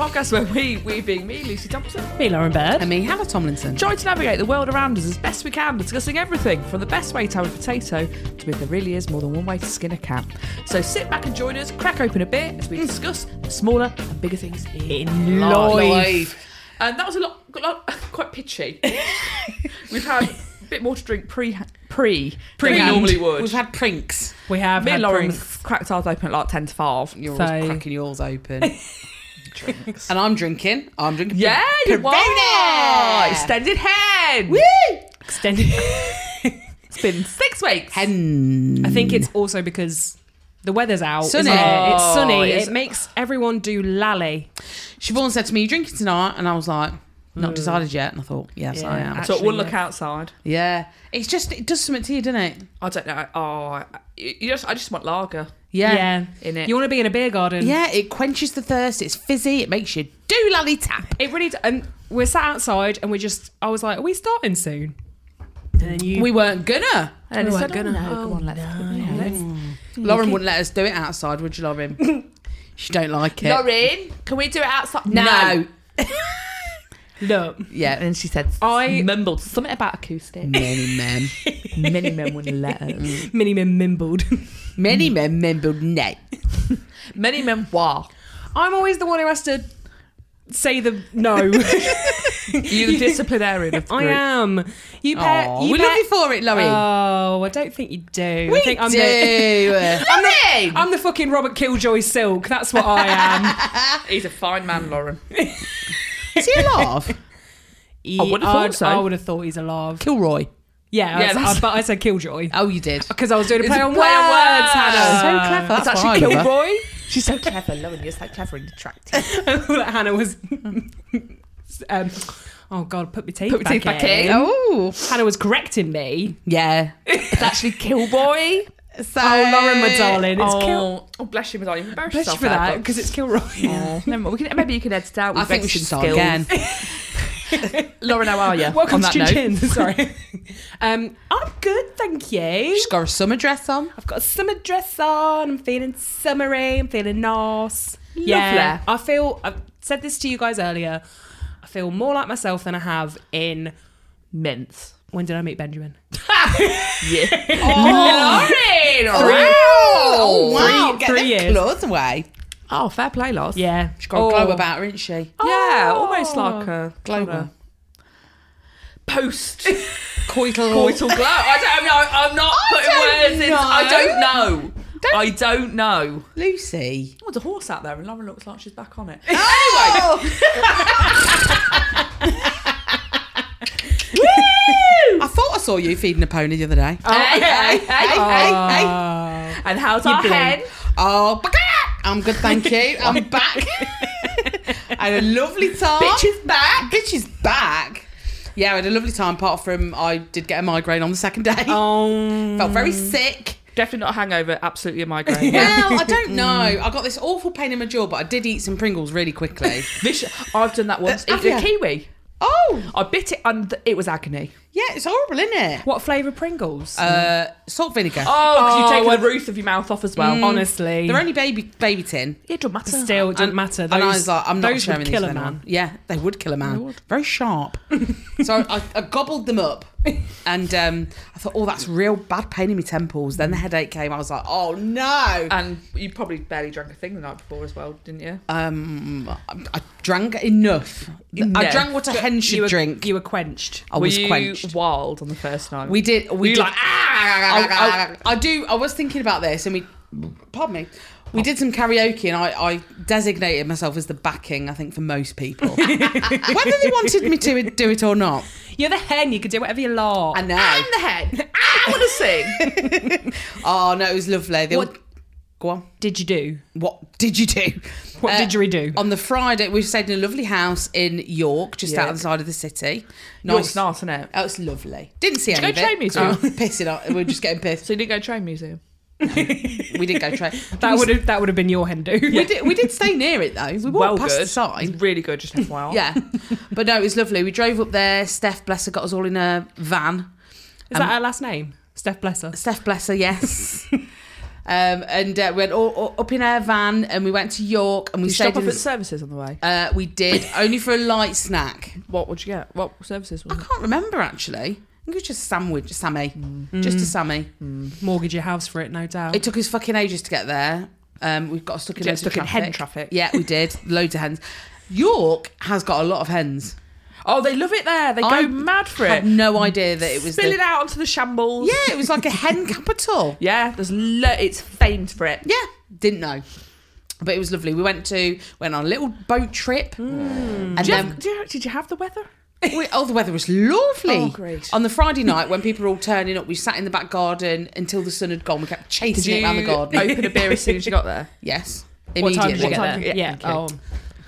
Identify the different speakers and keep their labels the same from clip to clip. Speaker 1: podcast where we, we being me, Lucy Thompson,
Speaker 2: Me, Lauren Bird.
Speaker 3: And me, Hannah Tomlinson.
Speaker 1: try to navigate the world around us as best we can, discussing everything from the best way to have a potato to if there really is more than one way to skin a cat. So sit back and join us, crack open a beer as we discuss the smaller and bigger things in life. And that was a lot, a lot quite pitchy. We've had a bit more to drink pre pre pre than we
Speaker 3: Pringed.
Speaker 1: normally would.
Speaker 3: We've had prinks.
Speaker 2: We have
Speaker 1: me
Speaker 2: had
Speaker 1: and Lauren
Speaker 2: drinks.
Speaker 1: cracked ours open at like ten to five.
Speaker 3: You're
Speaker 2: So-
Speaker 3: always cracking yours open. and I'm drinking. I'm drinking.
Speaker 1: Yeah, you are. Extended hen. Woo!
Speaker 2: extended.
Speaker 1: It's been six weeks.
Speaker 3: Hen.
Speaker 2: I think it's also because the weather's out.
Speaker 3: Sunny.
Speaker 2: Isn't it? It's
Speaker 1: Oh,
Speaker 2: sunny.
Speaker 1: it's-
Speaker 2: It makes everyone do lally.
Speaker 3: Siobhan said to me, you drinking tonight? And I was like, not decided yet. And I thought, yes, I
Speaker 2: Mm. Yeah.
Speaker 3: am.
Speaker 1: so it will
Speaker 2: Actually,
Speaker 1: look
Speaker 2: yeah.
Speaker 1: outside.
Speaker 3: Yeah. It's just, it does something to you, doesn't it?
Speaker 1: I don't know. Oh, you you just I just want lager.
Speaker 3: Yeah.
Speaker 1: In it.
Speaker 2: You want to be in a beer garden.
Speaker 3: Yeah, it quenches the thirst. It's fizzy. It makes you do lally tap.
Speaker 2: It really. d- And we're sat outside, and we're just. I was like, "Are we starting soon?" And then you.
Speaker 3: We weren't gonna.
Speaker 1: And
Speaker 2: We
Speaker 1: it's
Speaker 2: weren't
Speaker 1: like,
Speaker 2: gonna.
Speaker 1: oh,
Speaker 2: Go on, let's-
Speaker 1: no.
Speaker 3: Lauren wouldn't let us do it outside, would you, Lauren? she don't like it.
Speaker 1: Lauren, can we do it outside?
Speaker 3: no.
Speaker 2: Look,
Speaker 3: Yeah.
Speaker 1: And she said,
Speaker 2: I-
Speaker 1: mumbled something about acoustic.
Speaker 3: Many men.
Speaker 1: Many men wouldn't let us.
Speaker 2: mini min mimbled.
Speaker 3: Many men men build net.
Speaker 1: Many men were.
Speaker 2: I'm always the one who has to say the no.
Speaker 1: You're the disciplinarian of the
Speaker 2: I
Speaker 1: group.
Speaker 2: am. You pair.
Speaker 3: Aw,
Speaker 2: you
Speaker 3: we
Speaker 2: pair-
Speaker 3: love you for it, Laurie.
Speaker 2: Oh, I don't think you do.
Speaker 3: we
Speaker 2: I think I'm
Speaker 3: do.
Speaker 2: the
Speaker 3: I'm the-
Speaker 2: I'm the fucking Robert Killjoy Silk. That's what I am.
Speaker 1: He's a fine man, Lauren.
Speaker 3: Is he alive?
Speaker 2: He-
Speaker 1: I would've thought
Speaker 2: I'd-
Speaker 1: so.
Speaker 2: I would have thought he's alive.
Speaker 3: Kilroy.
Speaker 2: Yeah,
Speaker 1: Yeah,
Speaker 2: I, was- I,
Speaker 1: that's-
Speaker 2: but I said Killjoy
Speaker 3: Oh, you did.
Speaker 2: because I was doing a
Speaker 1: It's
Speaker 2: play
Speaker 1: a
Speaker 2: on
Speaker 1: play on
Speaker 2: words.
Speaker 1: words.
Speaker 2: Hannah.
Speaker 3: so clever.
Speaker 1: It's
Speaker 3: That's what I
Speaker 1: actually
Speaker 3: remember.
Speaker 1: Kilroy. She's so clever, Lauren. You're so clever and attractive.
Speaker 2: that Hannah was. um, oh God, put my teeth,
Speaker 1: Put my
Speaker 2: back,
Speaker 1: teeth back in.
Speaker 3: Oh,
Speaker 2: Hannah was correcting me.
Speaker 3: yeah.
Speaker 1: It's actually Kilroy.
Speaker 3: So,
Speaker 2: oh, Lauren, my darling, it's Kill.
Speaker 1: oh, oh, bless you, my darling. Embarrass
Speaker 2: Bless you
Speaker 1: yourself
Speaker 2: for
Speaker 1: there,
Speaker 2: that
Speaker 1: but-
Speaker 2: because it's Kilroy.
Speaker 1: Oh, never mind. We can, maybe you can edit out.
Speaker 3: I
Speaker 1: with
Speaker 3: think we
Speaker 1: vexing
Speaker 3: should start
Speaker 1: skills.
Speaker 3: again.
Speaker 1: Lauren, how are you?
Speaker 2: Welcome
Speaker 1: on
Speaker 2: to
Speaker 1: that
Speaker 2: Chin
Speaker 1: note.
Speaker 2: Chin. Sorry. um, I'm good, thank you.
Speaker 3: She's got a summer dress on.
Speaker 2: I've got a summer dress on. I'm feeling summery. I'm feeling nice. Yeah, I feel. I've said this to you guys earlier. I feel more like myself than I have in.
Speaker 1: Mints.
Speaker 2: When did I meet Benjamin?
Speaker 1: Yeah.
Speaker 3: Oh,
Speaker 1: Lauren!
Speaker 3: wow. Oh, wow.
Speaker 2: Three-
Speaker 3: Get
Speaker 2: three
Speaker 3: them
Speaker 2: years.
Speaker 3: clothes away.
Speaker 1: Oh, fair play, Lars.
Speaker 2: Yeah,
Speaker 3: She's got a glow about her, isn't she?
Speaker 1: Yeah,
Speaker 2: Oh.
Speaker 1: almost like a
Speaker 3: Global.
Speaker 1: post
Speaker 3: Coital.
Speaker 1: coital glow. I don't know. I'm not putting
Speaker 3: don't
Speaker 1: words in. I don't know.
Speaker 3: Don't-
Speaker 1: I don't know.
Speaker 3: Lucy.
Speaker 1: Oh, there's a horse out there, and Lauren looks like she's back on it.
Speaker 3: I thought I saw you feeding a pony the other day.
Speaker 1: Hey, hey, hey, hey, hey.
Speaker 2: Uh,
Speaker 1: And how's our
Speaker 2: blink.
Speaker 1: hen?
Speaker 3: Oh, baka! I'm good, thank you. I'm back. I had a lovely time.
Speaker 1: Bitch
Speaker 3: is back. Bitch is back. Yeah, I had a lovely time. Apart from I did get a migraine on the second day.
Speaker 2: um,
Speaker 3: Felt very sick.
Speaker 1: Definitely not a hangover. Absolutely a migraine.
Speaker 3: Well, I don't know. I got this awful pain in my jaw, but I did eat some Pringles really quickly.
Speaker 1: Vicious. I've done that once.
Speaker 3: Uh,
Speaker 1: Eating a
Speaker 3: have
Speaker 1: kiwi.
Speaker 3: oh,
Speaker 1: I bit it and it was agony.
Speaker 3: yeah, it's horrible, isn't it?
Speaker 2: what flavour Pringles?
Speaker 3: Uh, salt
Speaker 1: Oh, Mm.
Speaker 3: vinegar.
Speaker 1: because
Speaker 2: Oh,
Speaker 1: you take
Speaker 2: well-
Speaker 1: the roof of your mouth off as well.
Speaker 2: Mm.
Speaker 1: Oh,
Speaker 2: Honestly,
Speaker 3: They're only baby baby tin.
Speaker 1: It doesn't matter.
Speaker 2: still doesn't matter. Those,
Speaker 3: and I was like, I'm not
Speaker 2: those
Speaker 3: sharing
Speaker 2: would
Speaker 3: these
Speaker 2: kill
Speaker 3: with
Speaker 2: a
Speaker 3: anyone.
Speaker 2: man.
Speaker 3: Yeah, they would kill a man. Very sharp. so I, I gobbled them up, and um, I thought, oh, that's real bad pain in my temples. Then the headache came. I was like, oh no.
Speaker 2: Uh,
Speaker 1: And you probably barely drank a thing the night before as well, didn't you?
Speaker 3: Um, I, I drank enough. I
Speaker 1: Enough.
Speaker 3: drank what a hen should
Speaker 2: you were,
Speaker 3: drink.
Speaker 2: You were quenched.
Speaker 3: I
Speaker 1: Were
Speaker 3: was
Speaker 1: you
Speaker 3: quenched.
Speaker 1: wild on the first night?
Speaker 3: We did. We
Speaker 1: you
Speaker 3: did.
Speaker 1: like, "Ah,
Speaker 3: I, I, I do. I was thinking about this, and we. Pardon me. We did some karaoke, and I, I designated myself as the backing. I think for most people, whether they wanted me to do it or not.
Speaker 2: You're the hen. You could do whatever you like.
Speaker 3: I know.
Speaker 1: I'm ah, the head. Ah, I want to sing.
Speaker 3: Oh no, it was lovely. They
Speaker 2: What-
Speaker 3: all- go on.
Speaker 2: did you do?
Speaker 3: What did you do? Uh,
Speaker 2: What did you do?
Speaker 3: On the Friday, we stayed in a lovely house in York, just
Speaker 1: Yeah.
Speaker 3: out outside of the city.
Speaker 1: Nice,
Speaker 3: Nice.
Speaker 1: nice, isn't it?
Speaker 3: Oh, it's lovely. Didn't see
Speaker 1: Did you
Speaker 3: any
Speaker 1: go
Speaker 3: of
Speaker 1: train
Speaker 3: it.
Speaker 1: museum?
Speaker 3: Oh, pissing off. We were just getting pissed.
Speaker 1: So you didn't go to train museum?
Speaker 3: We did go train.
Speaker 2: That would have that would have been your hen do.
Speaker 3: We did, we did stay near it though. We walked
Speaker 1: well,
Speaker 3: past
Speaker 1: good.
Speaker 3: the sign.
Speaker 1: It's really good. Just FYI.
Speaker 3: Yeah, but no, it was lovely. We drove up there. Steph Blesser got us all in a van.
Speaker 2: Is that her last name? Steph Blesser.
Speaker 3: Steph Blesser, yes. Um, and uh, we went all, all up in our van and we went to York and we
Speaker 1: You
Speaker 3: stayed
Speaker 1: stop off
Speaker 3: in
Speaker 1: at services on the way.
Speaker 3: uh, we did only for a light snack.
Speaker 1: What would you get? What services
Speaker 3: I
Speaker 1: was it?
Speaker 3: can't remember actually. I think it was just a sandwich, Sammy, just a Sammy.
Speaker 2: Mortgage your house for it, no doubt.
Speaker 3: It took us fucking ages to get there. Um, we got stuck in
Speaker 1: Get
Speaker 3: loads
Speaker 1: stuck
Speaker 3: of
Speaker 1: in
Speaker 3: traffic.
Speaker 1: hen traffic.
Speaker 3: Yeah, we did. Loads of hens. York has got a lot of hens.
Speaker 1: Oh, they love it there. They go
Speaker 3: I
Speaker 1: mad for
Speaker 3: I
Speaker 1: it.
Speaker 3: had no idea that it was.
Speaker 1: Spill
Speaker 3: the-
Speaker 1: it out onto the shambles.
Speaker 3: Yeah, it was like a hen capital.
Speaker 1: Yeah, there's lo- it's famed for it.
Speaker 3: Yeah, didn't know. But it was lovely. We went to went on a little boat trip,
Speaker 1: Mm.
Speaker 3: and
Speaker 1: Did you,
Speaker 3: then
Speaker 1: have, do you- did you have the weather?
Speaker 3: we, oh, the weather was lovely.
Speaker 1: Oh, great.
Speaker 3: On the Friday night, when people were all turning up, we sat in the back garden until the sun had gone. We kept
Speaker 1: Did
Speaker 3: chasing
Speaker 1: you
Speaker 3: it around the garden.
Speaker 1: open a beer as soon as you got there?
Speaker 3: yes,
Speaker 2: what time
Speaker 3: immediately.
Speaker 2: did you get
Speaker 1: What
Speaker 2: there?
Speaker 1: time did you
Speaker 2: yeah.
Speaker 1: get-
Speaker 2: Oh,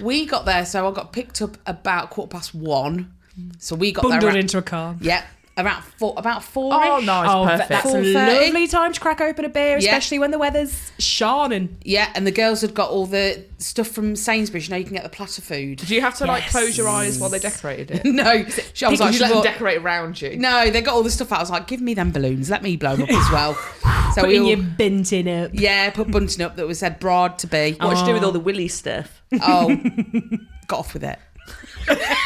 Speaker 3: We got there, so I got picked up about quarter past one. So we got there.
Speaker 2: bundled
Speaker 3: around-
Speaker 2: into a car.
Speaker 3: Yeah, about four. About four.
Speaker 1: Oh, nice,
Speaker 2: Oh,
Speaker 1: perfect.
Speaker 2: that's a
Speaker 3: 4:30.
Speaker 2: lovely time to crack open a beer,
Speaker 3: Yeah.
Speaker 2: especially when the weather's shining.
Speaker 3: Yeah, and the girls had got all the stuff from Sainsbury's. You know, you can get the platter food.
Speaker 1: Did you have to like
Speaker 2: Yes.
Speaker 1: close your eyes while they decorated it?
Speaker 3: No, she, I was like,
Speaker 1: you let them
Speaker 3: "Look."
Speaker 1: decorate around you.
Speaker 3: no, they got all the stuff out. I was like, give me them balloons. Let me blow them up as well. So we
Speaker 2: Putting
Speaker 3: all,
Speaker 2: your bint in it.
Speaker 3: yeah, put bunting up that was said broad to be.
Speaker 1: What do you do with all the willy stuff?
Speaker 3: Oh, got off with it.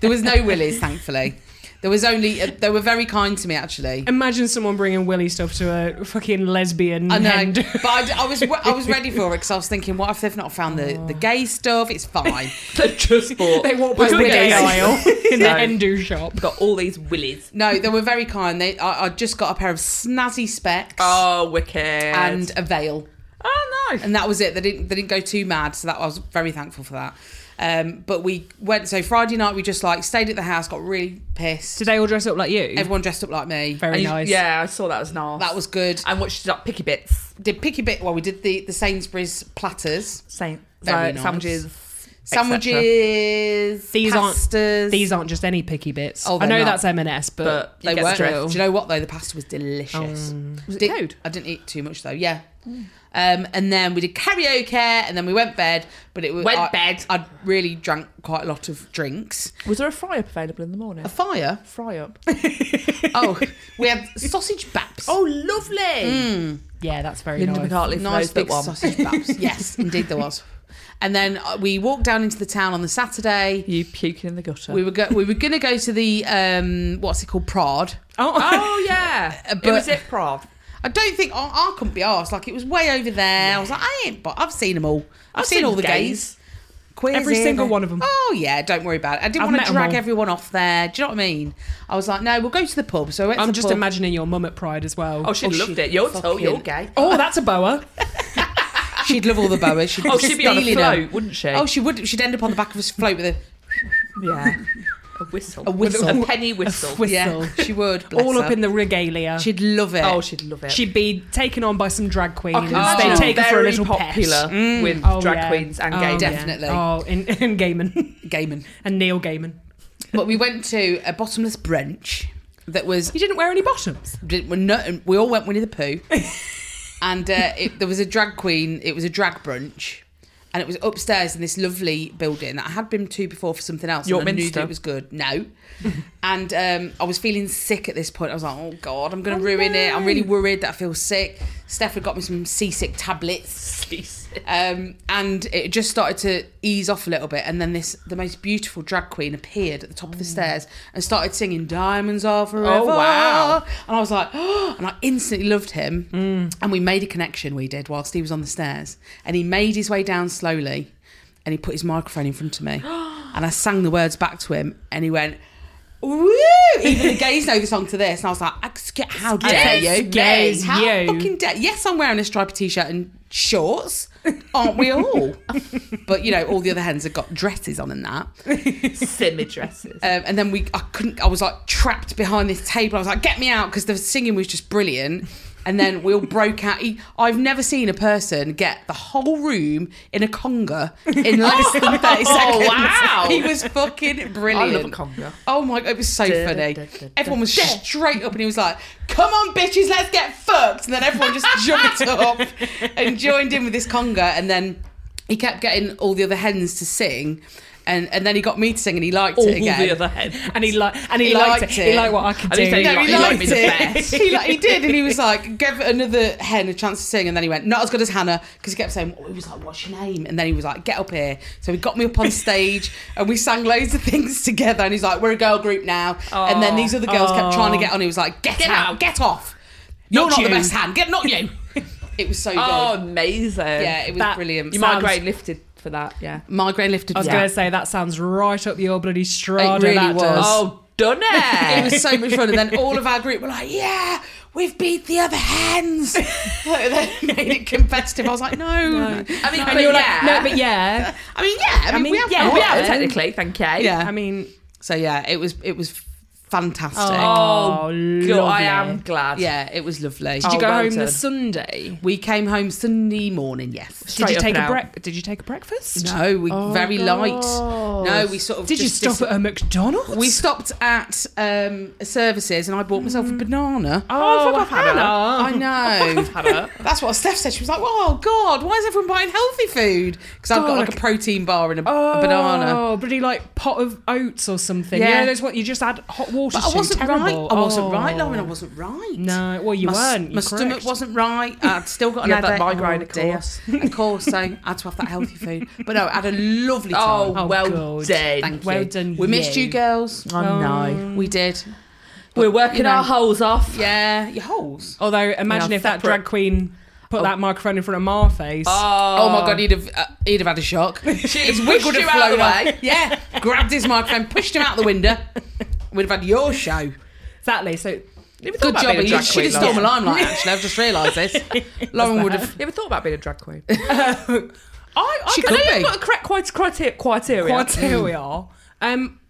Speaker 3: there was no willies, thankfully. There was only uh, they were very kind to me actually.
Speaker 2: Imagine someone bringing Willy stuff to a fucking lesbian.
Speaker 3: I know,
Speaker 2: hen do.
Speaker 3: but I, d- I was I was ready for it because I was thinking, what if they've not found the, the gay stuff? It's fine.
Speaker 1: they just bought.
Speaker 3: They walk
Speaker 1: We're
Speaker 3: past
Speaker 1: doing
Speaker 3: the
Speaker 1: it.
Speaker 3: gay
Speaker 2: aisle in the
Speaker 1: No.
Speaker 2: Hindu shop.
Speaker 1: Got all these willies.
Speaker 3: No, they were very kind. They I, I just got a pair of snazzy specs
Speaker 1: Oh, wicked.
Speaker 3: and a veil.
Speaker 1: oh, nice.
Speaker 3: and that was it. They didn't they didn't go too mad, so that I was very thankful for that. Um, but we went so Friday night we just like stayed at the house, got really pissed.
Speaker 2: Did they all dress up like you?
Speaker 3: Everyone dressed up like me.
Speaker 2: Very
Speaker 1: And you-
Speaker 2: nice.
Speaker 1: Yeah, I saw that was nice.
Speaker 3: That was good.
Speaker 1: And watched like picky bits,
Speaker 3: Did picky bit? Well, we did the the Sainsbury's platters,
Speaker 1: Saint,
Speaker 3: Very
Speaker 1: like,
Speaker 3: nice.
Speaker 1: sandwiches, et cetera.
Speaker 3: sandwiches.
Speaker 2: These aren't-
Speaker 3: pastas.
Speaker 2: These aren't just any picky bits.
Speaker 3: Oh,
Speaker 2: I
Speaker 3: they're
Speaker 2: know
Speaker 3: not.
Speaker 2: that's M&S, but,
Speaker 1: But
Speaker 2: you
Speaker 3: They
Speaker 2: get the
Speaker 3: weren't.
Speaker 2: drift.
Speaker 3: Do you know what though? The pasta was delicious.
Speaker 1: Was it
Speaker 3: Did-
Speaker 1: code?
Speaker 3: I didn't eat too much though. Yeah. Um, and then we did karaoke, and then we went bed. But it was
Speaker 1: Went
Speaker 3: I-
Speaker 1: bed.
Speaker 3: I really drank quite a lot of drinks.
Speaker 1: Was there a fry up available in the morning?
Speaker 3: A fire.
Speaker 1: fry up.
Speaker 3: Oh, we had sausage baps.
Speaker 2: Oh,
Speaker 1: lovely.
Speaker 2: Yeah, that's very
Speaker 1: Mm. Linda
Speaker 2: nice.
Speaker 1: McCartney for
Speaker 3: nice
Speaker 1: those that
Speaker 3: big
Speaker 1: won.
Speaker 3: sausage baps. yes, indeed there was. And then uh, we walked down into the town on the Saturday.
Speaker 1: You puking in the gutter.
Speaker 3: We were go- we were going to go to the um, what's it called Prod.
Speaker 2: Oh,
Speaker 1: oh yeah,
Speaker 3: Uh,
Speaker 1: it
Speaker 3: but-
Speaker 1: was improv.
Speaker 3: I don't think I, I couldn't be asked. Like it was way over there. I was like, I ain't. But I've seen them all. I've, seen, all the gays. Queers
Speaker 2: Every
Speaker 3: here,
Speaker 2: single
Speaker 3: there.
Speaker 2: one of 'em.
Speaker 3: Oh yeah, don't worry about it. I
Speaker 2: I've
Speaker 3: didn't want
Speaker 2: met
Speaker 3: to
Speaker 2: 'em
Speaker 3: drag
Speaker 2: all.
Speaker 3: everyone off there. Do you know what I mean? I was like, no, we'll go to the pub. So I went to
Speaker 2: I'm
Speaker 3: the
Speaker 2: just
Speaker 3: pub.
Speaker 2: imagining your mum at Pride as well.
Speaker 1: Oh, she
Speaker 3: Oh,
Speaker 1: loved
Speaker 3: she
Speaker 1: it. You're told you're
Speaker 3: fucking-
Speaker 1: gay.
Speaker 2: Oh, that's a boa.
Speaker 3: She'd love all the boas. She'd
Speaker 1: Oh, she'd be on a
Speaker 3: stealing
Speaker 1: float,
Speaker 3: 'em.
Speaker 1: wouldn't she?
Speaker 3: Oh, she would. She'd end up on the back of a float with a
Speaker 1: yeah, a whistle,
Speaker 3: A whistle.
Speaker 1: a penny whistle.
Speaker 2: whistle.
Speaker 3: Yeah, she would. Bless
Speaker 2: all up
Speaker 3: her.
Speaker 2: in the regalia. She'd,
Speaker 3: She'd love it.
Speaker 1: Oh, she'd love it.
Speaker 2: be taken on by some drag queens.
Speaker 1: I can
Speaker 3: imagine
Speaker 2: They
Speaker 1: imagine
Speaker 2: take her for a
Speaker 1: very
Speaker 2: little pet.
Speaker 1: popular with
Speaker 2: Oh,
Speaker 1: drag
Speaker 2: yeah.
Speaker 1: queens and
Speaker 2: Oh,
Speaker 1: gay.
Speaker 2: yeah.
Speaker 3: Definitely.
Speaker 2: Oh, and, and Gaiman
Speaker 3: Gaiman.
Speaker 2: and Neil Gaiman.
Speaker 3: But we went to a bottomless brunch that was.
Speaker 2: You didn't wear any bottoms.
Speaker 3: did- we're no- We all went Winnie the Pooh, and uh, it, there was a drag queen. It was a drag brunch, and it was upstairs in this lovely building that I had been to before for something else.
Speaker 1: York
Speaker 3: and I knew
Speaker 1: Minster.
Speaker 3: that it was good. No, and um, I was feeling sick at this point. I was like, oh god, I'm going to ruin it. I'm really worried that I feel sick. Steph had got me some seasick tablets. um, and it just started to ease off a little bit. And then this, the most beautiful drag queen appeared at the top of the stairs and started singing "Diamonds Are Forever."
Speaker 1: wow.
Speaker 3: And I was like, oh, and I instantly loved him. And we made a connection. We did whilst he was on the stairs, and he made his way down slowly, and he put his microphone in front of me, and I sang the words back to him, and he went. Woo! Even the gays know the song to this, and I was like, "Exca- "How dare you,
Speaker 2: Gays,
Speaker 3: How
Speaker 2: you.
Speaker 3: fucking dare? Yes, I'm wearing a striped t-shirt and shorts, aren't we all? but you know, all the other hens have got dresses on and that.
Speaker 1: Simmy dresses.
Speaker 3: Um, and then we, I couldn't, I was like trapped behind this table. I was like, get me out because the singing was just brilliant. And then we all broke out. He- I've never seen a person get the whole room in a conga in less than 30 seconds.
Speaker 1: Oh, wow.
Speaker 3: He was fucking
Speaker 1: I
Speaker 3: brilliant.
Speaker 1: love a conga.
Speaker 3: Oh my god, it was so
Speaker 1: Da,
Speaker 3: funny.
Speaker 1: da, da, da,
Speaker 3: everyone was straight up and he was like, Come on, bitches, let's get fucked. And then everyone just jumped up and joined in with this conga. And then he kept getting all the other hens to sing. and and then he got me to sing, and he liked
Speaker 1: All
Speaker 3: it again.
Speaker 1: the other head.
Speaker 2: And he liked and he,
Speaker 3: He
Speaker 2: liked,
Speaker 3: liked
Speaker 2: it. He
Speaker 3: it.
Speaker 2: liked what I could
Speaker 1: And
Speaker 2: do.
Speaker 1: he said he
Speaker 3: No,
Speaker 1: liked-
Speaker 3: he
Speaker 1: he liked
Speaker 3: liked
Speaker 1: me the
Speaker 3: it.
Speaker 1: best.
Speaker 3: he, li- he did, and he was like, give another hen a chance to sing, and then he went, not as good as Hannah, because he kept saying, he was like, what's your name? And then he was like, get up here. So he got me up on stage, and we sang loads of things together, and he's like, we're a girl group now. and then these other girls kept trying to get on. He was like, get,
Speaker 1: Get
Speaker 3: out,
Speaker 1: out.
Speaker 3: get off. You're
Speaker 1: Not
Speaker 3: not,
Speaker 1: you."
Speaker 3: the best hand. Get not you. it was so
Speaker 1: Oh,
Speaker 3: good.
Speaker 1: amazing.
Speaker 3: Yeah, it was
Speaker 1: That-
Speaker 3: brilliant.
Speaker 1: You
Speaker 3: Sounds-
Speaker 1: migraine lifted for that, yeah.
Speaker 3: Migraine lifted.
Speaker 2: I was
Speaker 3: yeah.
Speaker 2: going to say that sounds right up your bloody strada.
Speaker 3: It really
Speaker 2: that does.
Speaker 3: was.
Speaker 1: Oh, done it.
Speaker 3: It was so much fun. And then all of our group were like, yeah, we've beat the other hands. And then made it competitive. I was like, no.
Speaker 1: I mean,
Speaker 2: and
Speaker 1: Oh, but
Speaker 2: you're
Speaker 1: yeah.
Speaker 2: like, no, but yeah,
Speaker 3: I mean, yeah. I mean, we have
Speaker 2: yeah,
Speaker 3: fun.
Speaker 1: we are
Speaker 2: Well,
Speaker 1: technically, thank you.
Speaker 3: Yeah.
Speaker 2: I mean,
Speaker 3: So yeah, it was it was fantastic.
Speaker 1: Oh,
Speaker 2: Oh,
Speaker 1: God, I
Speaker 2: lovely.
Speaker 1: am glad.
Speaker 3: Yeah, it was lovely. Oh,
Speaker 2: did you go
Speaker 1: well
Speaker 2: home
Speaker 1: done.
Speaker 2: the Sunday?
Speaker 3: We came home Sunday morning. Yes.
Speaker 1: Straight
Speaker 2: did you
Speaker 1: up
Speaker 2: take
Speaker 1: and
Speaker 2: a
Speaker 1: out.
Speaker 2: break? Did you take a breakfast?
Speaker 3: No, we very light. No, we sort of.
Speaker 2: Oh, Did you
Speaker 3: just
Speaker 2: stop
Speaker 3: dis-
Speaker 2: at a McDonald's?
Speaker 3: We stopped at um, services, and I bought myself a banana.
Speaker 1: Oh,
Speaker 2: Mm. Oh,
Speaker 1: I've had
Speaker 2: Hannah.
Speaker 1: enough.
Speaker 3: I know. That's what Steph said. She was like, "Oh God, why is everyone buying healthy food?" Because I've
Speaker 2: God,
Speaker 3: got like
Speaker 2: I
Speaker 3: a protein bar and a, a banana.
Speaker 2: Oh, bloody like pot of oats or something.
Speaker 3: Yeah.
Speaker 2: Yeah, those what you just add hot water.
Speaker 3: But I
Speaker 2: to.
Speaker 3: wasn't
Speaker 2: Terrible.
Speaker 3: right. I wasn't
Speaker 2: Oh.
Speaker 3: right, Lauren. I wasn't right.
Speaker 2: No, well you
Speaker 3: my, s-
Speaker 2: weren't.
Speaker 3: My
Speaker 2: You're
Speaker 3: stomach
Speaker 2: correct.
Speaker 3: wasn't right. I'd still got an
Speaker 1: You had that
Speaker 3: headache.
Speaker 1: migraine,
Speaker 3: Oh,
Speaker 1: of
Speaker 3: dear.
Speaker 1: course.
Speaker 3: of course. So I had to have that healthy food. But no, I had a lovely time.
Speaker 1: Oh,
Speaker 2: Oh,
Speaker 1: well
Speaker 2: God.
Speaker 1: done.
Speaker 3: thank
Speaker 2: well
Speaker 3: you.
Speaker 2: done,
Speaker 3: We missed
Speaker 2: you.
Speaker 3: you, girls.
Speaker 2: Oh,
Speaker 3: Um,
Speaker 1: I know.
Speaker 3: We did.
Speaker 1: We're working
Speaker 3: you know.
Speaker 1: our holes off.
Speaker 3: Yeah, your holes.
Speaker 2: Although imagine
Speaker 1: Yeah,
Speaker 2: if that
Speaker 1: separate.
Speaker 2: drag queen put that microphone in front of my face.
Speaker 3: Oh, my god, he'd have uh, he'd have had a shock. His wig
Speaker 1: pushed
Speaker 3: would have
Speaker 1: you out of
Speaker 3: flown
Speaker 1: the
Speaker 3: away. Yeah, grabbed his microphone, pushed him out the window. We'd have had your show.
Speaker 2: Exactly. So
Speaker 1: Never thought
Speaker 3: Good
Speaker 1: about
Speaker 3: job.
Speaker 1: being a
Speaker 3: You
Speaker 1: drag
Speaker 3: should have
Speaker 1: queen,
Speaker 3: stolen the
Speaker 1: Lauren.
Speaker 3: limelight. Actually, I've just realised this. Lauren would have.
Speaker 1: You ever thought about being a drag queen?
Speaker 2: I, I
Speaker 3: She
Speaker 2: could
Speaker 3: could
Speaker 2: have
Speaker 3: be.
Speaker 2: got
Speaker 1: Got a correct quite criteria. criteria.
Speaker 2: quite here we are. Um,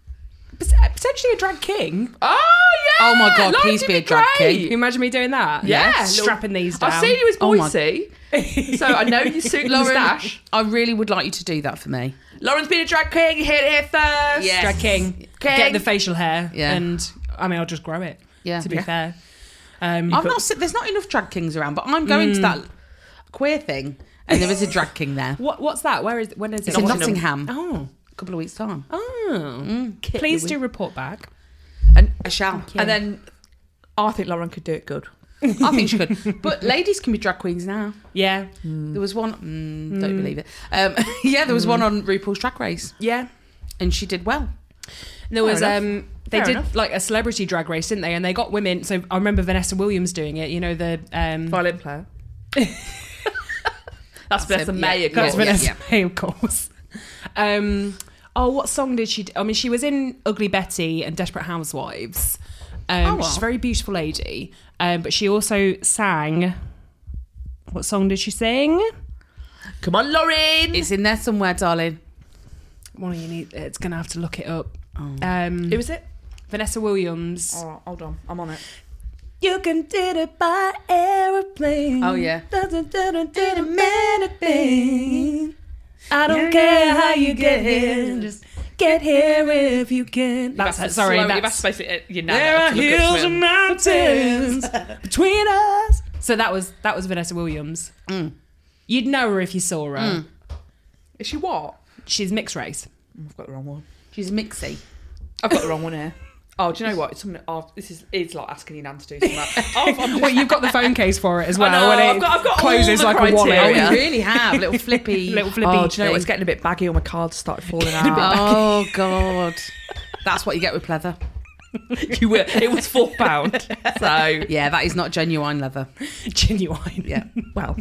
Speaker 2: pot- potentially a drag king.
Speaker 1: Oh yeah!
Speaker 3: Oh, my God,
Speaker 1: Life
Speaker 3: please
Speaker 1: did
Speaker 3: be a drag
Speaker 1: great.
Speaker 2: Can you imagine me doing that?
Speaker 1: Yeah, little-
Speaker 2: strapping these down.
Speaker 1: I've seen you as
Speaker 3: Oh, my-
Speaker 1: Boise, so I know you suit Lauren.
Speaker 3: Lauren,
Speaker 1: Stash.
Speaker 3: I really would like you to do that for me.
Speaker 1: Lauren's been a drag king. You Hit it here first.
Speaker 3: Yes.
Speaker 2: drag king.
Speaker 1: King.
Speaker 2: Get the facial hair.
Speaker 3: Yeah.
Speaker 2: And I mean, I'll just grow it.
Speaker 3: Yeah.
Speaker 2: To be
Speaker 3: Yeah.
Speaker 2: fair. Um,
Speaker 3: I'm not. si- There's not enough drag kings around, but I'm
Speaker 2: Mm.
Speaker 3: going to that queer thing, and there is a drag king there.
Speaker 2: What, what's that? Where is? When is it?
Speaker 3: It's in
Speaker 2: Nottingham.
Speaker 3: Nottingham.
Speaker 2: Oh.
Speaker 3: A couple of weeks time.
Speaker 2: Oh.
Speaker 1: Kit
Speaker 2: Please
Speaker 1: the
Speaker 2: do report back.
Speaker 3: And I shall.
Speaker 1: And then I think Lauren could do it good.
Speaker 3: I think she could. But ladies can be drag queens now.
Speaker 2: Yeah.
Speaker 3: There was one. Mm, Don't believe it. Um, yeah, there was
Speaker 2: Mm.
Speaker 3: one on RuPaul's Drag Race,
Speaker 2: Yeah.
Speaker 3: and she did well.
Speaker 2: There was
Speaker 1: enough.
Speaker 2: um they
Speaker 1: Fair
Speaker 2: did
Speaker 1: enough.
Speaker 2: like a celebrity drag race, didn't they? And they got women. So I remember Vanessa Williams doing it. You know the um
Speaker 1: Mm. Violin player. That's
Speaker 3: That's
Speaker 1: Vanessa
Speaker 3: it, yeah.
Speaker 1: May. of
Speaker 2: that's
Speaker 1: course.
Speaker 3: Yeah,
Speaker 2: Vanessa
Speaker 3: yeah.
Speaker 2: May, of course. Um, oh, what song did she? Do? I mean, she was in Ugly Betty and Desperate Housewives. Um,
Speaker 3: Oh, wow.
Speaker 2: She's a very beautiful lady, um, but she also sang. What song did she sing?
Speaker 1: Come on, Lauren.
Speaker 3: It's in there somewhere, darling.
Speaker 2: One of you need. It's gonna have to look it up. Um,
Speaker 1: Who is it?
Speaker 2: Vanessa Williams.
Speaker 1: Oh, hold on, I'm on it.
Speaker 2: You can did it by aeroplane.
Speaker 3: Oh, yeah.
Speaker 2: Did a man a thing. I don't care how you get here, just get here if you can. That's,
Speaker 1: That's
Speaker 2: sorry.
Speaker 1: slow-
Speaker 2: that's,
Speaker 1: that's basically it. You know.
Speaker 2: there are
Speaker 1: that. Look up
Speaker 2: hills
Speaker 1: to
Speaker 2: and
Speaker 1: him.
Speaker 2: mountains between us. So that was that was Vanessa Williams.
Speaker 1: Mm.
Speaker 2: You'd know her if you saw her.
Speaker 1: Is she what?
Speaker 2: She's mixed race.
Speaker 1: I've got the wrong one.
Speaker 3: She's mixy.
Speaker 1: I've got the wrong one here. Oh, do you know what? It's something. Oh, this is it's like asking your nan to do something. I've, I'm just,
Speaker 2: Well, you've got the phone case for it as well.
Speaker 1: I know,
Speaker 2: when it
Speaker 1: I've got- I've got all
Speaker 2: closes
Speaker 1: the
Speaker 2: like a
Speaker 1: criteria.
Speaker 3: Oh,
Speaker 2: wallet.
Speaker 3: you
Speaker 1: Yeah.
Speaker 3: really have little flippy.
Speaker 2: Little
Speaker 1: oh,
Speaker 2: flippy.
Speaker 1: do you know
Speaker 2: thing.
Speaker 1: what? It's getting a bit baggy. All my cards started falling out.
Speaker 3: Oh God, that's what you get with pleather.
Speaker 1: you were. It was four pound. So
Speaker 3: Yeah, that is not genuine leather.
Speaker 2: genuine.
Speaker 3: Yeah,
Speaker 1: well,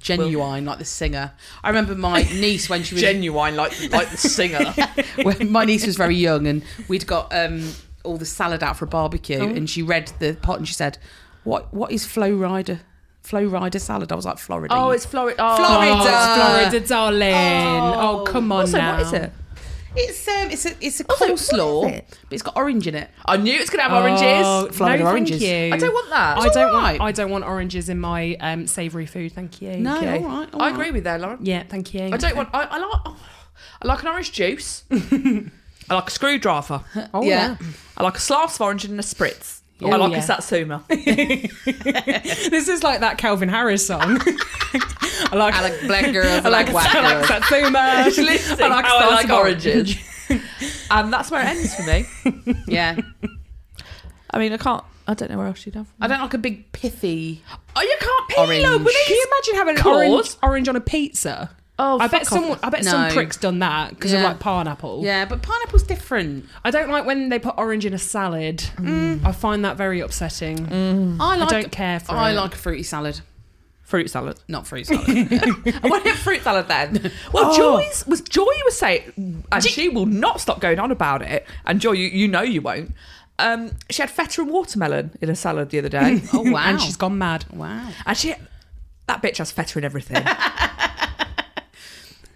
Speaker 3: genuine like the singer. I remember my niece when she was
Speaker 1: genuine, like like the singer.
Speaker 3: when my niece was very young, and we'd got um, all the salad out for a barbecue, and she read the pot and she said, "What what is Flow Rider? Flow Rider salad?" I was like, "Florida."
Speaker 1: oh, it's Florida. Oh,
Speaker 3: Florida.
Speaker 2: Oh, it's Florida, darling. Oh, come on
Speaker 1: Also,
Speaker 2: now.
Speaker 1: what is it?
Speaker 3: it's um, it's a it's a
Speaker 1: Also, what
Speaker 3: coleslaw,
Speaker 1: is it?
Speaker 3: but it's got orange in it.
Speaker 1: I knew it's gonna have
Speaker 2: Oh,
Speaker 1: oranges.
Speaker 3: Florida
Speaker 2: no,
Speaker 3: oranges.
Speaker 2: Thank you.
Speaker 1: I don't want that.
Speaker 2: I don't
Speaker 3: alright.
Speaker 2: want. I don't want oranges in my um, savoury food. Thank you.
Speaker 3: No,
Speaker 1: Okay.
Speaker 3: all right, all
Speaker 1: I
Speaker 3: right.
Speaker 1: agree with that, Lauren.
Speaker 2: Yeah. Thank you.
Speaker 1: I don't want. I, I like. oh, I like an orange juice. I like a screwdriver.
Speaker 2: Oh,
Speaker 3: yeah.
Speaker 1: I like a slice of orange and a spritz. I like
Speaker 2: yeah.
Speaker 1: a satsuma.
Speaker 2: This is like that Calvin Harris song. I like,
Speaker 3: I like black girls. I like white
Speaker 2: I like
Speaker 3: girls.
Speaker 2: Satsuma.
Speaker 1: Listen,
Speaker 2: I like
Speaker 1: how I
Speaker 2: Stars
Speaker 1: like
Speaker 2: Above.
Speaker 1: oranges. and that's where it ends for me.
Speaker 3: Yeah.
Speaker 1: I mean, I can't. I don't know where else you'd have.
Speaker 3: I don't like a big pithy.
Speaker 1: Oh, you can't peel
Speaker 3: Orange.
Speaker 1: them with
Speaker 2: Can
Speaker 1: it.
Speaker 2: you imagine having an
Speaker 1: Cause-
Speaker 2: orange, orange on a pizza?
Speaker 1: Oh,
Speaker 2: I bet
Speaker 1: fuck off.
Speaker 2: someone. I bet
Speaker 3: No.
Speaker 2: some pricks done that because
Speaker 3: Yeah.
Speaker 2: of like pineapple.
Speaker 3: Yeah, but pineapple's different.
Speaker 2: I don't like when they put orange in a salad.
Speaker 3: Mm.
Speaker 2: I find that very upsetting.
Speaker 3: I
Speaker 2: I
Speaker 3: like.
Speaker 2: don't care for
Speaker 3: I
Speaker 2: it.
Speaker 3: like a fruity salad,
Speaker 1: fruit salad.
Speaker 3: not fruit salad. Yeah.
Speaker 1: I want to have fruit salad then. Well,
Speaker 2: Oh.
Speaker 1: Joy's was Joy was saying, and she will not stop going on about it. And Joy, you, you know you won't. Um, she had feta and watermelon in a salad the other day,
Speaker 3: Oh wow!
Speaker 2: and she's gone mad.
Speaker 3: wow.
Speaker 1: and she that bitch has feta in everything.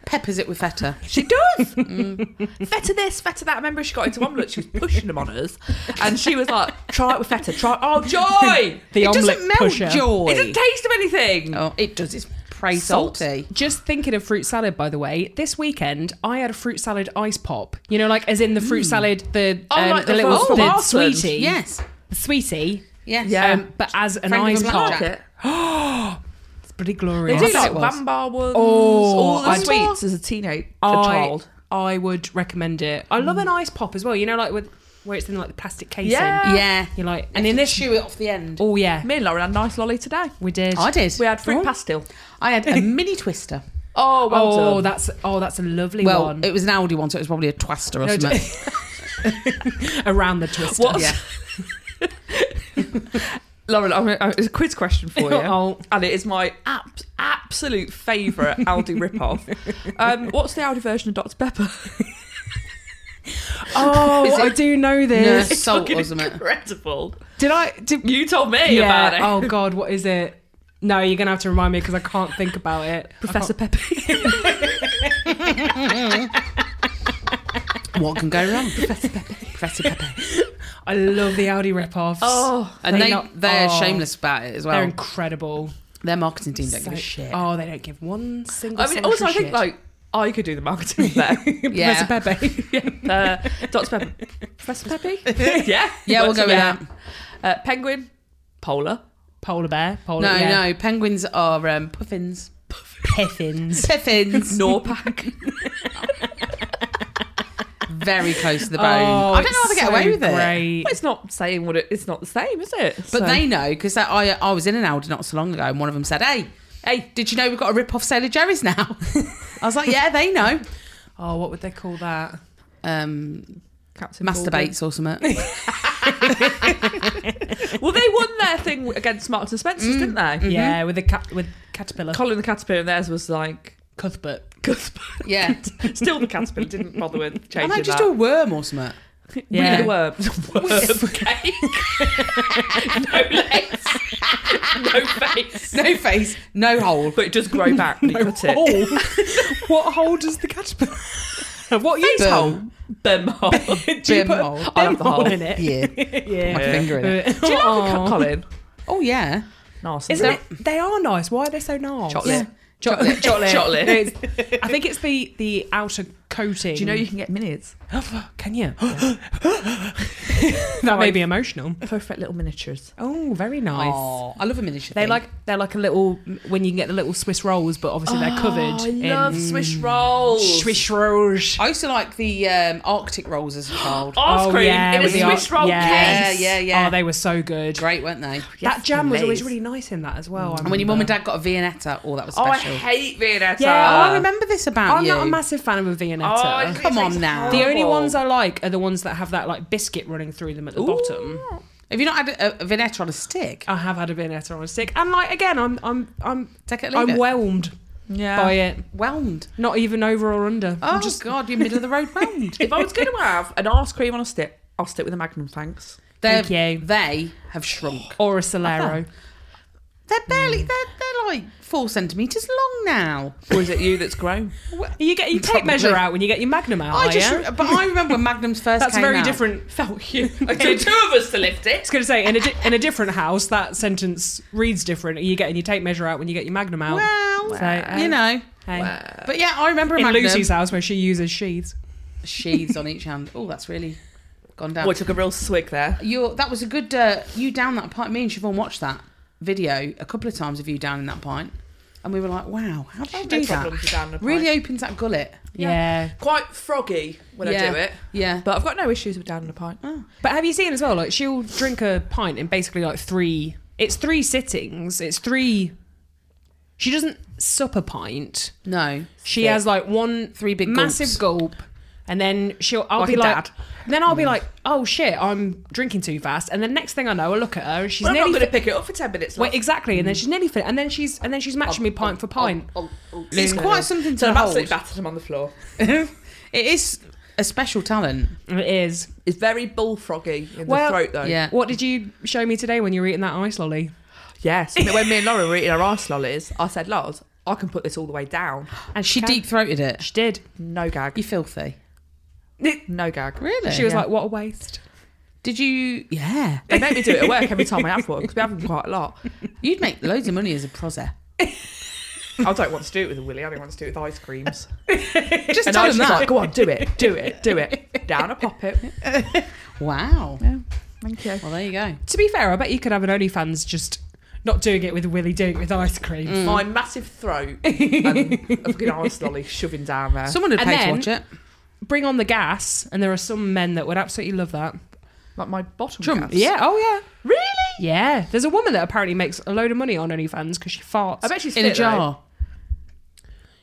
Speaker 3: Peppers it with feta.
Speaker 1: She does. Feta this, feta that. I remember she got into omelette. She was pushing them on us, and she was like, "Try it with feta. Try oh joy."
Speaker 2: The
Speaker 3: it
Speaker 2: omelette
Speaker 3: doesn't melt
Speaker 2: pusher.
Speaker 3: joy.
Speaker 1: It doesn't taste of anything.
Speaker 3: oh, it does. It's pretty
Speaker 1: Salt.
Speaker 3: salty.
Speaker 2: Just thinking of fruit salad, by the way. This weekend, I had a fruit salad ice pop. You know, like as in the fruit salad, the
Speaker 1: Oh,
Speaker 2: um,
Speaker 1: like
Speaker 2: the,
Speaker 1: the
Speaker 2: little
Speaker 1: frozen
Speaker 2: the
Speaker 1: Marsden.
Speaker 2: sweetie,
Speaker 3: Yes.
Speaker 2: the sweetie,
Speaker 3: Yes.
Speaker 1: Yeah.
Speaker 2: um, but as an
Speaker 3: Friend of
Speaker 2: ice
Speaker 3: the
Speaker 2: pop.
Speaker 3: Blackjack.
Speaker 1: Market.
Speaker 2: It's pretty
Speaker 1: They
Speaker 2: glorious.
Speaker 1: do like
Speaker 2: It was.
Speaker 1: bamba ones.
Speaker 2: Oh,
Speaker 1: all the
Speaker 2: I'd-
Speaker 1: sweets as a teenage a
Speaker 2: I,
Speaker 1: child. Mm.
Speaker 2: I would recommend it. I love an ice pop as well. You know, like with where it's in like the plastic casing.
Speaker 1: Yeah.
Speaker 3: Yeah.
Speaker 2: You're like, and in this,
Speaker 3: chew it off the end.
Speaker 2: oh yeah,
Speaker 1: Me and Lauren had a nice lolly today.
Speaker 2: we did.
Speaker 3: I did.
Speaker 1: We had fruit
Speaker 3: Oh.
Speaker 1: pastel.
Speaker 3: I had a mini twister.
Speaker 1: Oh, well
Speaker 2: oh,
Speaker 1: done.
Speaker 2: that's oh, that's a lovely
Speaker 3: Well,
Speaker 2: one
Speaker 3: it was an Aldi one, so it was probably a twister or
Speaker 2: No,
Speaker 3: something.
Speaker 2: around the twister.
Speaker 1: What?
Speaker 3: Yeah.
Speaker 1: Lauren, I'm, gonna- uh, it's a quiz question for you.
Speaker 2: Oh.
Speaker 1: And it is my ab- absolute favourite Aldi ripoff. Um, what's the Aldi version of Dr. Pepper?
Speaker 2: Oh,
Speaker 3: Is it-
Speaker 2: I do know
Speaker 3: No,
Speaker 2: this.
Speaker 3: salt,
Speaker 1: Fucking
Speaker 3: wasn't it?
Speaker 1: incredible.
Speaker 2: Did I? Did,
Speaker 1: You told me about it.
Speaker 2: Oh God, what is it? No, you're gonna have to remind me because I can't think about it.
Speaker 1: Professor Pepper.
Speaker 3: What can go wrong? Professor Pepe. Professor Pepe.
Speaker 2: I love the Audi rip-offs.
Speaker 1: Oh,
Speaker 3: And
Speaker 2: They
Speaker 3: they,
Speaker 2: not-
Speaker 3: they're
Speaker 2: oh.
Speaker 3: shameless about it as
Speaker 2: they're
Speaker 3: well.
Speaker 2: incredible.
Speaker 3: Their marketing team don't
Speaker 2: So-
Speaker 3: give a shit.
Speaker 2: Oh, they don't give one single.
Speaker 1: I mean, also, I think, like, I could do the marketing there.
Speaker 3: Yeah.
Speaker 2: Professor Pepe.
Speaker 1: uh, Dr. Pepper. Professor Peppy? yeah.
Speaker 3: Yeah, we'll go with
Speaker 1: Yeah.
Speaker 3: that.
Speaker 1: Uh, penguin. Polar.
Speaker 2: Polar bear. Polar.
Speaker 3: No,
Speaker 2: yeah.
Speaker 3: no, penguins are um, puffins.
Speaker 2: Piffins.
Speaker 3: Piffins.
Speaker 1: Norpak.
Speaker 3: Very close to the
Speaker 2: Oh,
Speaker 3: bone. I don't know how they
Speaker 2: it's
Speaker 3: get away
Speaker 2: so
Speaker 3: with it.
Speaker 2: great.
Speaker 1: Well, it's not saying what it, it's not the same, is it?
Speaker 3: But they know because I, I was in an Aldi not so long ago and one of them said, hey, hey, did you know we've got a rip off Sailor Jerry's now? I was like, yeah, they know.
Speaker 2: Oh, what would they call that?
Speaker 3: Um,
Speaker 1: Captain Baldwin.
Speaker 3: masturbates or something.
Speaker 1: Well, they won their thing against Marks and Spencers, didn't they?
Speaker 2: Yeah, with the cat with caterpillar.
Speaker 1: Colin the Caterpillar and theirs was like
Speaker 2: Cuthbert.
Speaker 1: Cuthbert.
Speaker 3: Yeah.
Speaker 1: Still the Caterpillar didn't bother with
Speaker 3: I
Speaker 1: changing
Speaker 3: know, just
Speaker 1: that.
Speaker 3: a worm or something.
Speaker 1: yeah.
Speaker 2: Yeah.
Speaker 1: Really, worm. worm cake. no legs. No face.
Speaker 3: No face, no hole.
Speaker 1: But it does grow back when you cut it.
Speaker 2: hole. what hole does the caterpillar? what use
Speaker 3: Bim.
Speaker 2: hole?
Speaker 1: Bum hole.
Speaker 2: Do you
Speaker 3: Bim
Speaker 2: put a
Speaker 3: hole.
Speaker 1: I love the
Speaker 2: bim
Speaker 1: hole.
Speaker 2: in it?
Speaker 3: Yeah.
Speaker 2: Yeah.
Speaker 3: My finger in it.
Speaker 1: Do you like the Colin?
Speaker 3: Oh, yeah.
Speaker 1: Nice.
Speaker 2: Isn't it? They are nice. Why are they so nice?
Speaker 1: Chocolate.
Speaker 3: Yeah.
Speaker 2: Chocolate. Chocolate.
Speaker 1: Chocolate.
Speaker 2: No, it's- I think it's the the outer coating.
Speaker 1: Do you know you can get minis?
Speaker 2: Can you? that may be emotional.
Speaker 1: Perfect little miniatures.
Speaker 2: Oh, very nice.
Speaker 3: Aw, I love a miniature.
Speaker 2: They
Speaker 3: thing.
Speaker 2: like they're like a little when you can get the little Swiss rolls, but obviously they're covered.
Speaker 1: Oh, I
Speaker 2: in
Speaker 1: love Swiss rolls.
Speaker 2: Swiss rolls.
Speaker 3: I used to like the um, Arctic rolls as a child.
Speaker 1: ice
Speaker 2: Oh,
Speaker 1: cream
Speaker 2: yeah,
Speaker 1: in a
Speaker 2: with the
Speaker 1: Swiss
Speaker 2: ar-
Speaker 1: roll
Speaker 2: yeah.
Speaker 1: case.
Speaker 3: Yeah, yeah, yeah.
Speaker 2: Oh, they were so good.
Speaker 3: Great, weren't they?
Speaker 1: Yes,
Speaker 2: that jam was always
Speaker 1: please.
Speaker 2: really nice in that as well. I
Speaker 3: And when your mum
Speaker 2: remember.
Speaker 3: and dad got a Viennetta, oh, that was
Speaker 1: Oh, I
Speaker 3: special.
Speaker 1: hate Viennetta.
Speaker 2: Yeah,
Speaker 3: Oh, I remember this about
Speaker 2: I'm
Speaker 3: you.
Speaker 2: not a massive fan of a
Speaker 1: Oh, I
Speaker 2: Viennetta.
Speaker 1: just-
Speaker 3: Come
Speaker 1: it
Speaker 3: on
Speaker 1: tastes
Speaker 3: now.
Speaker 2: the only
Speaker 1: horrible.
Speaker 2: ones I like are the ones that have that like biscuit running through them at the bottom.
Speaker 3: Have you not had a, a Viennetta on a stick?
Speaker 2: I have had a Viennetta on a stick, and like again, I'm I'm I'm
Speaker 3: Take it, or
Speaker 2: I'm
Speaker 3: leave it.
Speaker 2: whelmed
Speaker 1: Yeah.
Speaker 2: by it.
Speaker 3: whelmed.
Speaker 2: Not even over or under. I'm
Speaker 3: Oh
Speaker 2: just
Speaker 3: God, you're middle of the road whelmed.
Speaker 1: If I was going to have an ice cream on a stick, I'll stick with a Magnum, thanks.
Speaker 3: They're-
Speaker 2: Thank you.
Speaker 3: They have shrunk.
Speaker 2: or a Solero.
Speaker 3: Uh-huh. They're barely. They're, they're like four centimeters long now.
Speaker 1: Or is it you that's grown?
Speaker 2: You get your tape
Speaker 3: Probably.
Speaker 2: measure out when you get your Magnum out.
Speaker 3: I
Speaker 2: are
Speaker 3: just.
Speaker 2: ya?
Speaker 3: But I remember when Magnums first
Speaker 2: that's
Speaker 3: came
Speaker 2: very
Speaker 3: out.
Speaker 2: different. Felt you. I
Speaker 1: Okay, two of us to lift it.
Speaker 2: was going to say in a di- in a different house that sentence reads different. Are you getting your tape measure out when you get your Magnum out?
Speaker 3: Well,
Speaker 2: So,
Speaker 3: you know.
Speaker 2: hey.
Speaker 3: But yeah, I remember a
Speaker 2: in
Speaker 3: Magnum
Speaker 2: Lucy's house where she uses sheaths.
Speaker 3: sheaths on each hand. Oh, that's really gone down.
Speaker 1: Boy, took a real swig there.
Speaker 3: You're, that was a good. Uh, you down that pint. Me and Siobhan watched that video a couple of times of you down in that pint, and we were like, "Wow, how did you
Speaker 1: No
Speaker 3: do that?"
Speaker 1: problem to down the
Speaker 3: Really
Speaker 1: pint.
Speaker 3: opens that gullet.
Speaker 2: Yeah.
Speaker 1: Quite froggy when
Speaker 3: yeah.
Speaker 1: I do it.
Speaker 3: Yeah.
Speaker 1: But I've got no issues with down the pint.
Speaker 2: But have you seen as well? Like she'll drink a pint in basically like three. It's three sittings. It's three. She doesn't sup a pint.
Speaker 3: no.
Speaker 2: She
Speaker 3: Yeah.
Speaker 2: has like one
Speaker 3: Three big
Speaker 2: massive gulp, and then she'll. I'll
Speaker 1: Like
Speaker 2: be
Speaker 1: a
Speaker 2: like.
Speaker 1: dad.
Speaker 2: Then I'll be like, oh shit, I'm drinking too fast. And the next thing I know, I look at her and she's
Speaker 1: Well, I'm not
Speaker 2: nearly.
Speaker 1: going to
Speaker 2: fi-
Speaker 1: pick it up for 10 minutes.
Speaker 2: Wait, exactly, and then she's nearly fit, and then she's and then she's matching me pint for pint.
Speaker 3: It's quite something to
Speaker 1: I've
Speaker 3: hold.
Speaker 1: absolutely battered him on the floor.
Speaker 3: it is a special talent.
Speaker 2: It is.
Speaker 1: It's very bullfroggy in
Speaker 2: Well,
Speaker 1: the throat, though.
Speaker 3: yeah.
Speaker 2: What did you show me today when you were eating that ice lolly?
Speaker 1: Yes. And when me and Laura were eating our arse lollies, I said, Lars, I can put this all the way down.
Speaker 2: And
Speaker 3: She
Speaker 2: can-
Speaker 3: deep throated it.
Speaker 2: She did.
Speaker 1: No gag.
Speaker 3: You filthy.
Speaker 1: No gag.
Speaker 3: Really?
Speaker 2: She was
Speaker 1: Yeah.
Speaker 2: like, what a waste.
Speaker 3: Did you? Yeah.
Speaker 1: They make me do it at work every time I have one because we have them quite a lot.
Speaker 3: You'd make loads of money as a proser.
Speaker 1: I don't want to do it with a willy. I don't want to do it with ice creams. and
Speaker 3: Just tell
Speaker 1: I
Speaker 3: them
Speaker 1: was just
Speaker 3: that.
Speaker 1: like, go on, do it, do it, do it. Down a pop it.
Speaker 3: wow.
Speaker 1: Thank you.
Speaker 3: Well, there you go.
Speaker 2: To be fair, I bet you could have an OnlyFans just not doing it with Willy, doing it with ice cream.
Speaker 1: My
Speaker 3: Mm.
Speaker 1: massive throat and a fucking arse lolly shoving down there.
Speaker 3: Someone would
Speaker 2: And
Speaker 3: pay
Speaker 2: then-
Speaker 3: to watch it.
Speaker 2: Bring on the gas, and there are some men that would absolutely love that.
Speaker 1: like my bottom
Speaker 3: Trump,
Speaker 1: gas.
Speaker 2: Yeah, oh
Speaker 1: Really?
Speaker 2: yeah. Yeah. There's a woman that apparently makes a load of money on OnlyFans because she farts.
Speaker 1: I bet she's
Speaker 3: In a
Speaker 1: fit, though.
Speaker 3: jar.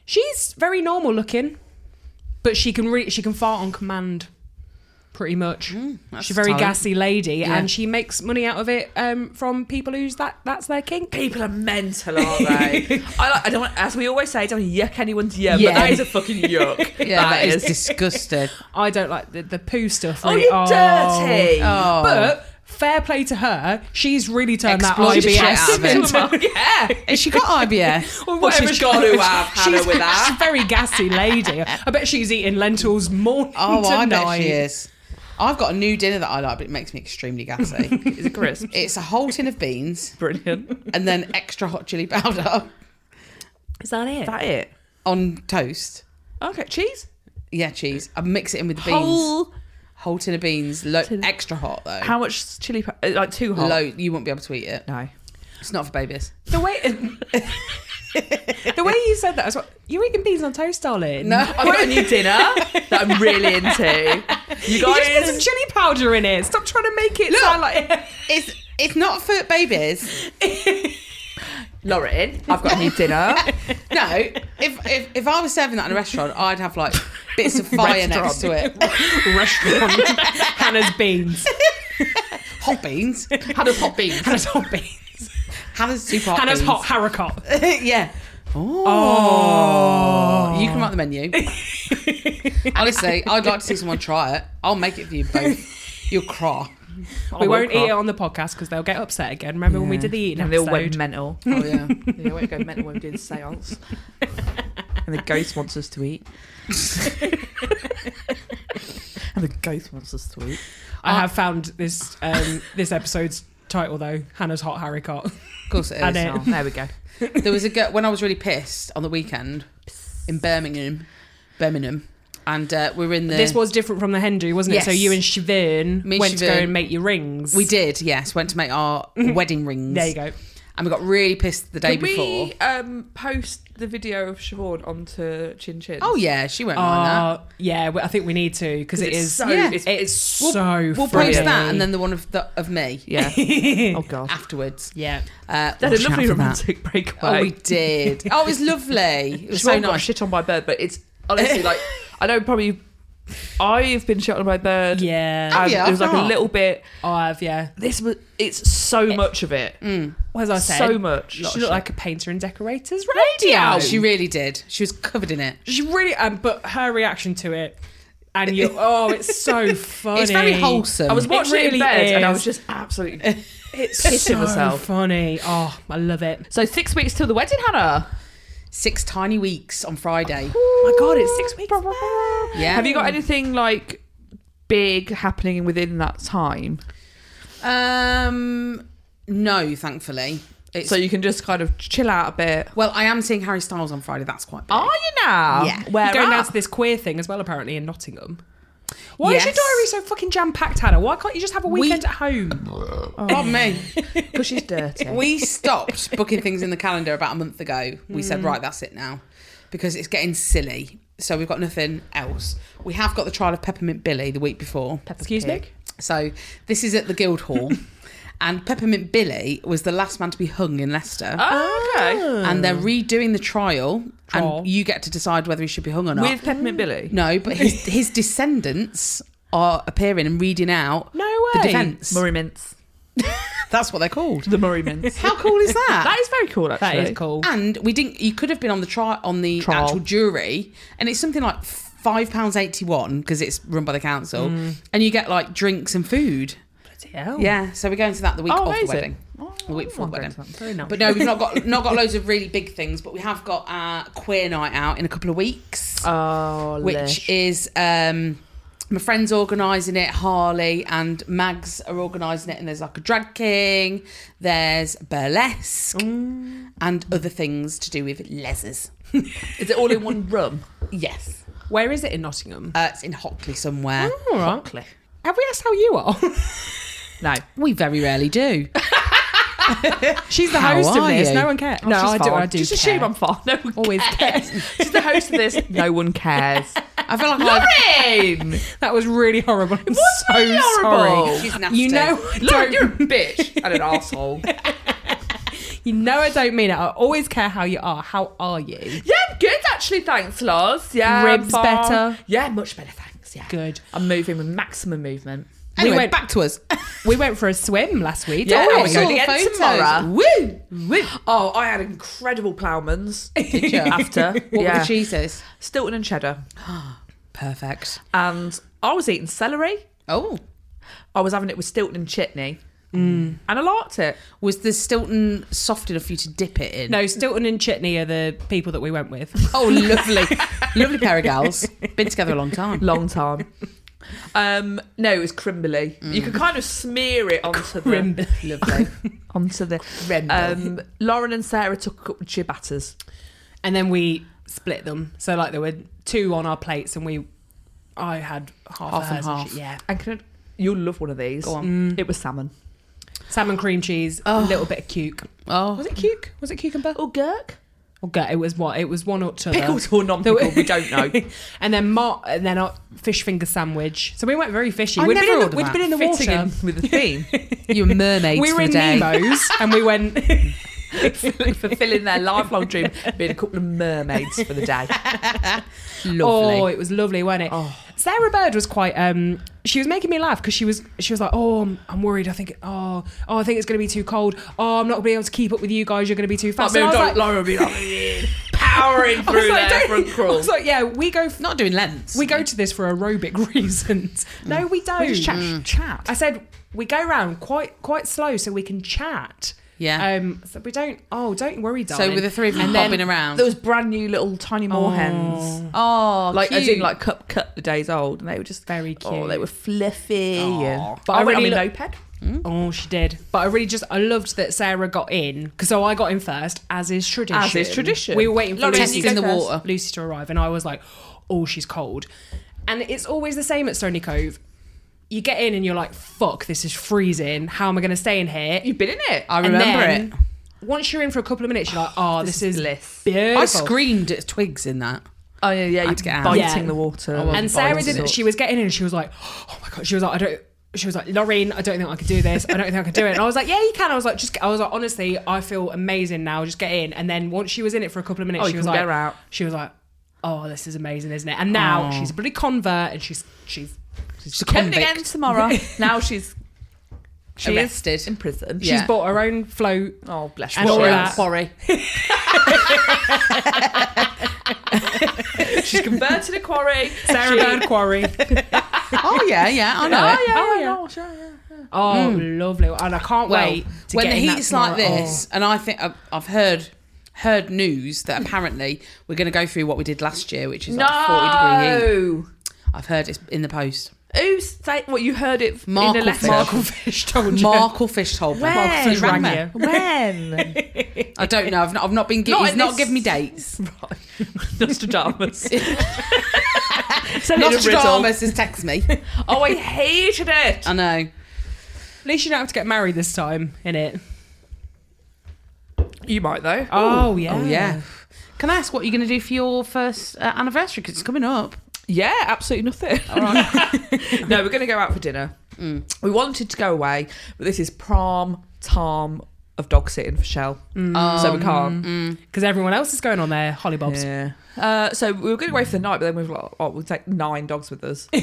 Speaker 2: She's very normal looking, but she can re- she can fart on command, pretty much.
Speaker 1: Mm,
Speaker 3: that's
Speaker 2: she's a very
Speaker 3: talent.
Speaker 2: gassy lady,
Speaker 3: Yeah.
Speaker 2: and she makes money out of it um, from people who's that that's their kink.
Speaker 1: People are mental, aren't they? I, like, I don't. want- As we always say, I don't want to yuck anyone's yum,
Speaker 3: Yeah.
Speaker 1: but that is a fucking yuck.
Speaker 3: Yeah, that is disgusting.
Speaker 2: I don't like the, the poo stuff.
Speaker 1: Oh,
Speaker 2: really.
Speaker 1: you dirty!
Speaker 3: Oh.
Speaker 2: But fair play to her, she's really turned
Speaker 3: Exploited
Speaker 2: that
Speaker 3: the shit out
Speaker 2: IBS
Speaker 3: of it.
Speaker 2: into a-
Speaker 1: yeah.
Speaker 3: Has she got IBS?
Speaker 2: Well,
Speaker 1: Whatever's
Speaker 2: she's-
Speaker 1: got to have had her
Speaker 2: she's-
Speaker 1: with that.
Speaker 2: She's a very gassy lady. I bet she's eating lentils morning
Speaker 3: Oh,
Speaker 2: to
Speaker 3: I
Speaker 2: night.
Speaker 3: bet she is. I've got a new dinner that I like, but it makes me extremely gassy.
Speaker 1: Is it crisp?
Speaker 3: it's a whole tin of beans
Speaker 1: Brilliant.
Speaker 3: and then extra hot chili powder
Speaker 2: Is that it?
Speaker 1: Is that it?
Speaker 3: on toast.
Speaker 1: Okay, cheese.
Speaker 3: Yeah, cheese. I mix it in with the beans.
Speaker 1: Whole.
Speaker 3: Whole tin of beans, lo-
Speaker 1: Tin-
Speaker 3: extra hot though.
Speaker 1: How much chili? pa- uh, Like too hot.
Speaker 3: Low, you won't be able to eat it.
Speaker 1: No.
Speaker 3: It's not for babies.
Speaker 2: The way the way you said that as well. You're eating beans on toast, darling.
Speaker 3: No,
Speaker 1: I've got a new dinner that I'm really into. You
Speaker 2: You just put some
Speaker 1: guys.
Speaker 2: chili powder in it. Stop trying to make it sound like
Speaker 3: it's it's not for babies.
Speaker 1: Lauren, I've got a new dinner.
Speaker 3: No, if if, if I was serving that in a restaurant, I'd have like bits of fire next to it,
Speaker 2: restaurant Hannah's beans.
Speaker 3: hot beans.
Speaker 1: Hannah's hot beans.
Speaker 2: Hannah's hot beans.
Speaker 3: Hannah's super hot.
Speaker 2: Hannah's
Speaker 3: beans.
Speaker 2: hot haricot.
Speaker 3: yeah. Oh. You can write the menu. Honestly, I'd like to see someone try it. I'll make it for you both. You'll cry.
Speaker 2: We won't eat it on the podcast because they'll get upset again. Remember when we did the eating
Speaker 1: and they all
Speaker 2: episode?
Speaker 1: went mental.
Speaker 3: Oh, yeah.
Speaker 1: They won't go mental when we do the seance. and the ghost wants us to eat. and the ghost wants us to eat.
Speaker 2: I have found this um, this episode's title though. Hannah's hot haricot.
Speaker 3: Of course it is.
Speaker 2: And it-
Speaker 1: Oh, there we go.
Speaker 3: There was a girl when I was really pissed on the weekend in Birmingham, Birmingham, and uh, we were in the.
Speaker 2: This was different from the Hendu, wasn't it? So
Speaker 3: Yes.
Speaker 2: you and Siobhan
Speaker 3: Me and
Speaker 2: went to go
Speaker 3: Siobhan.
Speaker 2: and make your rings.
Speaker 3: We did, yes. Went to make our
Speaker 1: Mm-hmm.
Speaker 3: wedding rings.
Speaker 2: There you go.
Speaker 3: And we got really pissed the day
Speaker 1: Can
Speaker 3: before.
Speaker 1: we um, post the video of Siobhan onto Chin Chin?
Speaker 3: Oh yeah, she won't
Speaker 1: Oh,
Speaker 3: mind
Speaker 2: Uh, yeah, we- I think we need to because it is.
Speaker 1: so.
Speaker 3: yeah.
Speaker 1: It's,
Speaker 2: It's so
Speaker 3: that. We'll
Speaker 2: funny.
Speaker 3: post that and then the one of the, of me
Speaker 1: yeah. oh god.
Speaker 3: afterwards.
Speaker 2: yeah.
Speaker 3: Uh,
Speaker 1: That's a
Speaker 3: watch out
Speaker 1: lovely
Speaker 3: for that.
Speaker 1: romantic breakaway.
Speaker 3: Oh, we did. Oh, it was lovely. It was so
Speaker 1: Siobhan got
Speaker 3: nice.
Speaker 1: shit on by a bird, but it's honestly like I know probably I've been shit on by a bird.
Speaker 2: Yeah,
Speaker 1: And
Speaker 3: yeah,
Speaker 1: it was
Speaker 3: I've
Speaker 1: like a
Speaker 3: not.
Speaker 1: little bit.
Speaker 2: I have. Yeah,
Speaker 1: This was. It's so much of it.
Speaker 2: well, as I said,
Speaker 1: so much.
Speaker 2: She
Speaker 1: Lot of
Speaker 2: looked
Speaker 1: shit.
Speaker 2: like a painter and decorators
Speaker 3: Oh,
Speaker 2: radio.
Speaker 3: she really did. She was covered in it.
Speaker 2: she really, um, but her reaction to it, and you, oh, it's so funny.
Speaker 3: It's very wholesome.
Speaker 1: I was
Speaker 2: It
Speaker 1: watching it,
Speaker 2: really
Speaker 1: in bed and I
Speaker 2: is.
Speaker 1: was just absolutely
Speaker 2: It's
Speaker 1: pissing
Speaker 2: so
Speaker 1: myself.
Speaker 2: funny. Oh, I love it.
Speaker 1: So six weeks till the wedding, Hannah.
Speaker 3: six tiny weeks on Friday.
Speaker 2: My God, it's six weeks.
Speaker 3: Yeah.
Speaker 1: Have you got anything like big happening within that time?
Speaker 3: Um, no, thankfully. It's,
Speaker 1: So you can just kind of chill out a bit.
Speaker 3: well, I am seeing Harry Styles on Friday. That's quite. big.
Speaker 1: Are you now?
Speaker 3: Yeah.
Speaker 1: Where
Speaker 2: Going down
Speaker 1: at?
Speaker 2: to this queer thing as well, apparently in Nottingham. Why is your
Speaker 3: Yes.
Speaker 2: diary so fucking jam packed, Hannah? Why can't you just have a weekend at home?
Speaker 3: Pardon me.
Speaker 1: Because she's dirty.
Speaker 3: We stopped booking things in the calendar about a month ago. We said, right, that's it now, because it's getting silly. So we've got nothing else. We have got the trial of Peppermint Billy the week before.
Speaker 1: Peppa
Speaker 2: Excuse me?
Speaker 1: Pig.
Speaker 3: So this is at the Guildhall, and Peppermint Billy was the last man to be hung in Leicester.
Speaker 1: Oh, okay.
Speaker 3: And they're redoing the trial,
Speaker 2: Trial.
Speaker 3: and you get to decide whether he should be hung or not.
Speaker 1: With Peppermint Billy.
Speaker 3: no, but his, his descendants are appearing and reading out
Speaker 2: No
Speaker 3: the
Speaker 2: way.
Speaker 3: defence.
Speaker 1: Murray mints.
Speaker 3: That's what they're called.
Speaker 1: The Murray mints.
Speaker 3: How cool is that?
Speaker 1: that is very cool, actually.
Speaker 2: That is cool.
Speaker 3: And we didn't. You could have been on the trial on the
Speaker 1: Trial.
Speaker 3: actual jury, and it's something like five pounds eighty one because it's run by the council,
Speaker 1: Mm.
Speaker 3: and you get like drinks and food.
Speaker 2: Bloody hell.
Speaker 3: Yeah, so we're going to that the week
Speaker 1: Oh,
Speaker 3: of the
Speaker 1: amazing.
Speaker 3: wedding. the week before the
Speaker 1: Very
Speaker 3: wedding.
Speaker 1: nice. Very nice.
Speaker 3: But no, we've not got not got loads of really big things, but we have got our queer night out in a couple of weeks,
Speaker 1: Oh,
Speaker 3: which
Speaker 1: lish.
Speaker 3: is um my friend's organising it, Harley and Mags are organising it, and there's like a drag king, there's burlesque, and other things to do with lesers.
Speaker 1: Is it all in one room?
Speaker 3: Yes,
Speaker 2: Where is it in Nottingham?
Speaker 3: uh, it's in Hockley somewhere.
Speaker 2: All right. Have we asked how you are?
Speaker 1: No.
Speaker 3: We very rarely do.
Speaker 2: She's the
Speaker 3: How
Speaker 2: host of
Speaker 3: are
Speaker 2: this.
Speaker 3: you?
Speaker 2: No one cares.
Speaker 1: Oh,
Speaker 2: no,
Speaker 1: she's
Speaker 2: I do.
Speaker 1: fine.
Speaker 2: I do.
Speaker 1: Just
Speaker 2: care.
Speaker 1: assume I'm fine. No one
Speaker 2: Always
Speaker 1: cares. She's the host of this. No one cares.
Speaker 3: I feel like I
Speaker 1: Lorraine!
Speaker 2: That was really horrible. I'm
Speaker 1: was
Speaker 2: so
Speaker 1: really horrible.
Speaker 2: sorry.
Speaker 3: She's nasty.
Speaker 2: You know, I
Speaker 1: Lorraine,
Speaker 2: don't,
Speaker 1: you're a bitch and an asshole.
Speaker 2: you know, I don't mean it. I always care how you are. How are you?
Speaker 1: Yeah, I'm good actually. Thanks, Lars. Yeah,
Speaker 2: Ribs
Speaker 1: I'm fine.
Speaker 2: better?
Speaker 1: Yeah, much better. Thanks. Yeah,
Speaker 2: Good.
Speaker 1: I'm moving with maximum movement.
Speaker 3: anyway,
Speaker 2: we went.
Speaker 3: back to us.
Speaker 2: We went for a swim last week.
Speaker 1: Yeah,
Speaker 2: didn't
Speaker 1: oh,
Speaker 3: I
Speaker 1: we
Speaker 2: we?
Speaker 3: saw
Speaker 1: go
Speaker 3: the
Speaker 1: again
Speaker 3: photos.
Speaker 1: tomorrow.
Speaker 3: Woo, woo.
Speaker 1: Oh, I had incredible ploughmans
Speaker 3: Did you?
Speaker 1: after.
Speaker 3: What were
Speaker 1: yeah.
Speaker 3: the cheeses?
Speaker 1: Stilton and cheddar,
Speaker 3: Perfect.
Speaker 1: and I was eating celery.
Speaker 3: Oh,
Speaker 1: I was having it with Stilton and chutney, mm. and I liked it.
Speaker 3: was the Stilton soft enough for you to dip it in?
Speaker 2: No, Stilton and Chitney are the people that we went with.
Speaker 3: Oh, lovely, lovely pair of gals. Been together a long time.
Speaker 1: Long time. um, no, it was crimbly. You could kind of smear it onto the
Speaker 3: Lovely.
Speaker 1: onto the. Um, Lauren and Sarah took a couple of ciabattas.
Speaker 2: and then we split them. So like there were two on our plates, and we, I had half, of
Speaker 3: Half and
Speaker 2: hers
Speaker 3: half.
Speaker 2: shit, yeah,
Speaker 1: And can I, you'll love one of these.
Speaker 3: Go on.
Speaker 1: It was salmon.
Speaker 2: salmon cream cheese, a little bit of cuke.
Speaker 3: Oh,
Speaker 2: Was it cuke? Was it cucumber?
Speaker 1: Or Oh, gurk?
Speaker 2: Okay, it was what? It was one or two.
Speaker 1: Pickled or non-pickled, we don't know.
Speaker 2: and then Mar- and then our fish finger sandwich. So we went very fishy.
Speaker 3: I
Speaker 2: we'd
Speaker 3: never
Speaker 2: been in
Speaker 3: ordered
Speaker 2: the, we'd
Speaker 3: that.
Speaker 2: been in the
Speaker 1: Fitting
Speaker 2: water.
Speaker 1: in Um, with the theme.
Speaker 3: you were mermaids
Speaker 2: We
Speaker 3: for
Speaker 2: were in
Speaker 3: the day.
Speaker 2: Nemo's, and we went.
Speaker 1: fulfilling their lifelong dream of being a couple of mermaids for the day.
Speaker 2: Oh,
Speaker 3: Lovely.
Speaker 2: it was lovely, wasn't it?
Speaker 1: Oh.
Speaker 2: Sarah Bird was quite. Um, she was making me laugh because she was. She was like, "Oh, I'm, I'm worried. I think. Oh, oh, I think it's going to be too cold. Oh, I'm not going to be able to keep up with you guys. You're going to be too
Speaker 1: I
Speaker 2: fast."
Speaker 1: mean,
Speaker 2: And I was
Speaker 1: don't
Speaker 2: like,
Speaker 1: Laura would be like powering
Speaker 2: I was
Speaker 1: through
Speaker 2: like,
Speaker 1: there from
Speaker 2: "Don't-" I
Speaker 1: crawl.
Speaker 2: was like, yeah, we go. f-
Speaker 3: Not doing Lent.
Speaker 2: We go to this for aerobic reasons. No,
Speaker 3: Mm.
Speaker 2: we don't.
Speaker 1: chat.
Speaker 2: I said we go round quite quite slow so we can chat.
Speaker 3: Yeah.
Speaker 2: Um. So we don't. Oh, don't worry, darling.
Speaker 3: so with the three of you
Speaker 1: then
Speaker 3: bobbing around.
Speaker 1: There was brand new little tiny moorhens.
Speaker 3: oh,
Speaker 1: Like
Speaker 3: cute.
Speaker 1: as in like cup cut the days old and they were just
Speaker 2: Very
Speaker 1: Oh,
Speaker 2: cute.
Speaker 1: they were fluffy.
Speaker 2: Aw.
Speaker 1: and But
Speaker 2: I
Speaker 1: I, went
Speaker 2: really
Speaker 1: on my
Speaker 2: look-
Speaker 1: notepad.
Speaker 2: Oh, she did. But I really just I loved that Sarah got in because so I got in first, as is tradition.
Speaker 1: As is tradition.
Speaker 2: We were waiting for
Speaker 1: Lauren,
Speaker 2: Lucy,
Speaker 1: you
Speaker 3: go
Speaker 2: to-
Speaker 3: in the water.
Speaker 2: Lucy to arrive, and I was like, oh, she's cold. And it's always the same at Stony Cove. You get in and you're like, fuck, this is freezing. How am I going to stay in here?
Speaker 1: You've been in it.
Speaker 3: I remember it.
Speaker 2: it. Once you're in for a couple of minutes, you're like, oh, this,
Speaker 1: is
Speaker 2: is
Speaker 1: bliss.
Speaker 2: beautiful.
Speaker 3: I screamed at twigs in that.
Speaker 1: Oh yeah, yeah.
Speaker 3: had to get
Speaker 1: You're
Speaker 3: out.
Speaker 1: biting
Speaker 2: Yeah.
Speaker 1: the water.
Speaker 3: wasn't
Speaker 2: And Sarah
Speaker 3: biting
Speaker 2: did.
Speaker 3: it.
Speaker 2: She was getting in, and she was like, "Oh my god!" She was like, "I don't." She was like, "Lorraine, I don't think I could do this. I don't think I could do it." And I was like, "Yeah, you can." I was like, "Just," I was like, "Honestly, I feel amazing now. Just get in." And then once she was in it for a couple of minutes,
Speaker 1: Oh, you
Speaker 2: she was
Speaker 1: couldn't
Speaker 2: like,
Speaker 1: get her out.
Speaker 2: "She was like, oh, this is amazing, isn't it?" And now she's a bloody convert, and she's she's
Speaker 3: She's a
Speaker 1: Coming
Speaker 3: convict.
Speaker 1: again tomorrow. now she's she
Speaker 3: Arrested.
Speaker 1: is in prison.
Speaker 3: Yeah.
Speaker 2: she's bought her own float.
Speaker 1: Oh bless
Speaker 2: And
Speaker 1: her.
Speaker 2: all
Speaker 1: She
Speaker 2: that.
Speaker 1: is. She's converted a quarry.
Speaker 2: Sarah Bird Quarry.
Speaker 3: Oh yeah, yeah, I know. it.
Speaker 2: Oh, yeah. Oh,
Speaker 1: Hmm.
Speaker 2: lovely! And I can't
Speaker 3: Well,
Speaker 2: wait. To
Speaker 3: when
Speaker 2: get
Speaker 3: the
Speaker 2: in that
Speaker 3: heat's like
Speaker 2: tomorrow.
Speaker 3: this, and I think I've, I've heard heard news that apparently we're going to go through what we did last year, which is like forty degree heat.
Speaker 1: No.
Speaker 3: I've heard it's in the post.
Speaker 1: Who say what you heard it f- in a
Speaker 3: Markle
Speaker 1: letter?
Speaker 3: fish.
Speaker 2: Markle Fish told you.
Speaker 3: Markle Fish told me.
Speaker 1: When?
Speaker 3: He rang me.
Speaker 2: Rang
Speaker 1: When?
Speaker 3: I don't know. I've not, I've not been. Gi-
Speaker 1: Not
Speaker 3: he's
Speaker 1: in
Speaker 3: not
Speaker 1: this-
Speaker 3: given me dates.
Speaker 1: right. Nostradamus. Send it in a riddle.
Speaker 3: Nostradamus has texted me.
Speaker 1: Oh, I hated it.
Speaker 3: I know.
Speaker 2: At least you don't have to get married this time, innit?
Speaker 1: You might though.
Speaker 2: Oh yeah.
Speaker 3: Oh yeah. Can I ask what you're going to do for your first uh, anniversary? Because it's coming up.
Speaker 1: Yeah, absolutely nothing. no, we're going to go out for dinner. We wanted to go away, but this is prom time of dog sitting for Shell, so we can't. Mm.
Speaker 2: Because everyone else is going on their hollybobs.
Speaker 1: Yeah. Uh, so we were going away for the night, but then we were like, oh, we'll take nine dogs with us.
Speaker 3: Uh,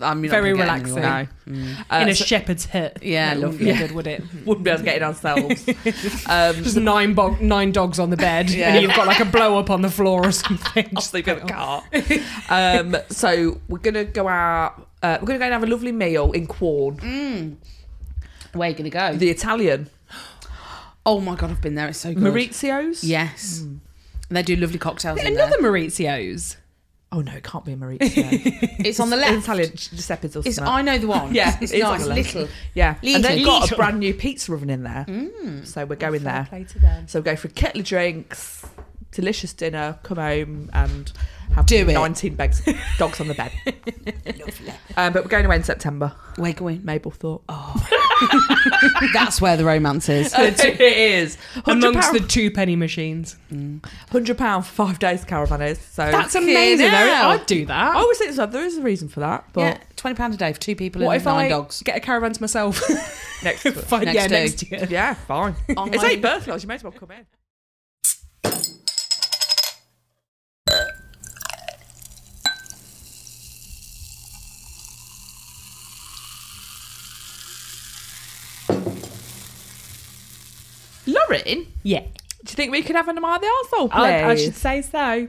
Speaker 3: I'm not
Speaker 2: Very
Speaker 3: gonna get
Speaker 2: relaxing.
Speaker 3: anywhere.
Speaker 1: Uh,
Speaker 2: in a
Speaker 1: so-
Speaker 2: shepherd's hut.
Speaker 3: Yeah,
Speaker 2: that wouldn't
Speaker 3: lovely.
Speaker 2: be good, would it?
Speaker 1: wouldn't be able to get in ourselves. Um,
Speaker 2: Just nine, bo- nine dogs on the bed,
Speaker 3: Yeah.
Speaker 2: and you've got like a blow up on the floor or something.
Speaker 1: I'll
Speaker 2: Just
Speaker 1: sleep in the car. um, so we're gonna go out. Uh, we're gonna go and have a lovely meal in Quorn,
Speaker 3: Where are you going to go?
Speaker 1: the Italian
Speaker 3: oh my god, I've been there. It's so good.
Speaker 1: Maurizio's.
Speaker 3: Yes. And they do lovely cocktails. in
Speaker 2: Another Maurizio's.
Speaker 1: Oh no, it can't be a Maurizio.
Speaker 3: there. It's on the
Speaker 1: It's
Speaker 3: left.
Speaker 1: Italian Giuseppe's or
Speaker 3: It's
Speaker 1: something.
Speaker 3: I know the one.
Speaker 1: Yeah,
Speaker 3: it's
Speaker 1: it's on
Speaker 3: nice.
Speaker 1: the left.
Speaker 3: Little.
Speaker 1: Yeah, and they've got a
Speaker 2: Lidl.
Speaker 1: brand new pizza oven in there,
Speaker 3: Mm.
Speaker 1: so we're going there. So we go for a kettle of drinks, delicious dinner, come home and have
Speaker 3: Do it.
Speaker 1: 19 bags, dogs on the bed. um, but we're going away in September,
Speaker 3: Where going?
Speaker 1: Mablethorpe. Oh,
Speaker 3: That's where the romance is.
Speaker 1: it is.
Speaker 2: Amongst the
Speaker 1: £100,
Speaker 2: two penny machines.
Speaker 1: £100 for five days caravan is. So
Speaker 2: That's
Speaker 3: Fucking
Speaker 2: amazing. though.
Speaker 3: hell.
Speaker 2: I'd do that.
Speaker 1: I always think so. there is a reason for that, but
Speaker 3: yeah, twenty pound a day for two people
Speaker 2: what
Speaker 3: and
Speaker 2: if
Speaker 3: nine
Speaker 2: I
Speaker 3: dogs.
Speaker 2: get a caravan to myself?
Speaker 1: next,
Speaker 2: Fine,
Speaker 3: Next
Speaker 2: yeah,
Speaker 3: day.
Speaker 2: next year.
Speaker 1: yeah, fine. it's eight birthdays. You may as well come in. Lauren,
Speaker 2: Yeah.
Speaker 1: do you think we could have an Am I the Arsehole, please?
Speaker 2: I, I should say so.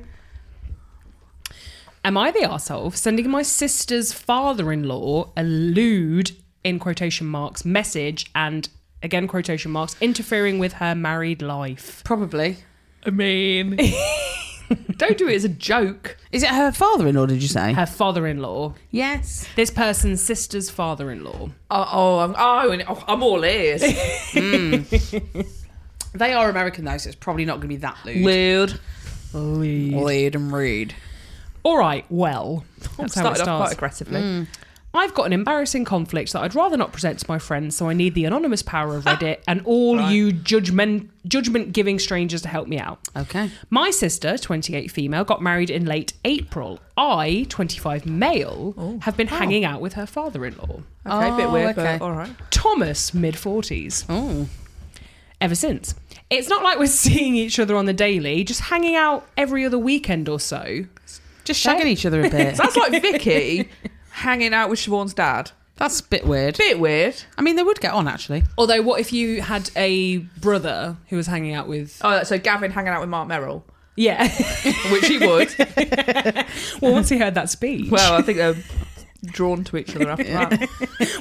Speaker 2: Am I the arsehole for sending my sister's father in law a lewd, in quotation marks, message and, again, quotation marks, interfering with her married life?
Speaker 3: Probably.
Speaker 1: I mean, don't do it as a joke.
Speaker 3: Is it her father-in-law? Did you say?
Speaker 2: Her father in law,
Speaker 3: yes.
Speaker 2: this person's sister's father in law.
Speaker 1: Oh, oh, I'm, oh, and- oh, I'm all ears.
Speaker 3: They are American though, so it's probably not going to be that
Speaker 1: Lewd.
Speaker 3: lewd. Lewd and rude.
Speaker 2: All right, well, that's how it
Speaker 1: Started off
Speaker 2: starts.
Speaker 1: quite aggressively.
Speaker 2: I've got an embarrassing conflict that I'd rather not present to my friends, so I need the anonymous power of Reddit and all you judgment judgment giving strangers to help me out.
Speaker 3: Okay.
Speaker 2: My sister, 28 female, got married in late April. I, 25 male, have been hanging out with her father-in-law,
Speaker 1: Okay, a bit
Speaker 3: Oh,
Speaker 1: weird,
Speaker 3: okay.
Speaker 1: but all right.
Speaker 2: Thomas, mid 40s.
Speaker 3: Oh.
Speaker 2: Ever since. It's not like we're seeing each other on the daily, just hanging out every other weekend or so.
Speaker 3: Just shagging each other a bit.
Speaker 1: That's like Vicky hanging out with Siobhan's dad.
Speaker 3: That's a bit weird.
Speaker 1: Bit weird.
Speaker 3: I mean, they would get on actually.
Speaker 2: Although what if you had a brother who was hanging out with
Speaker 1: Oh, so Gavin hanging out with Mark Merrill,
Speaker 2: Yeah.
Speaker 1: which he would.
Speaker 2: Well, once he heard that speech,
Speaker 1: well, I think they're drawn to each other after that.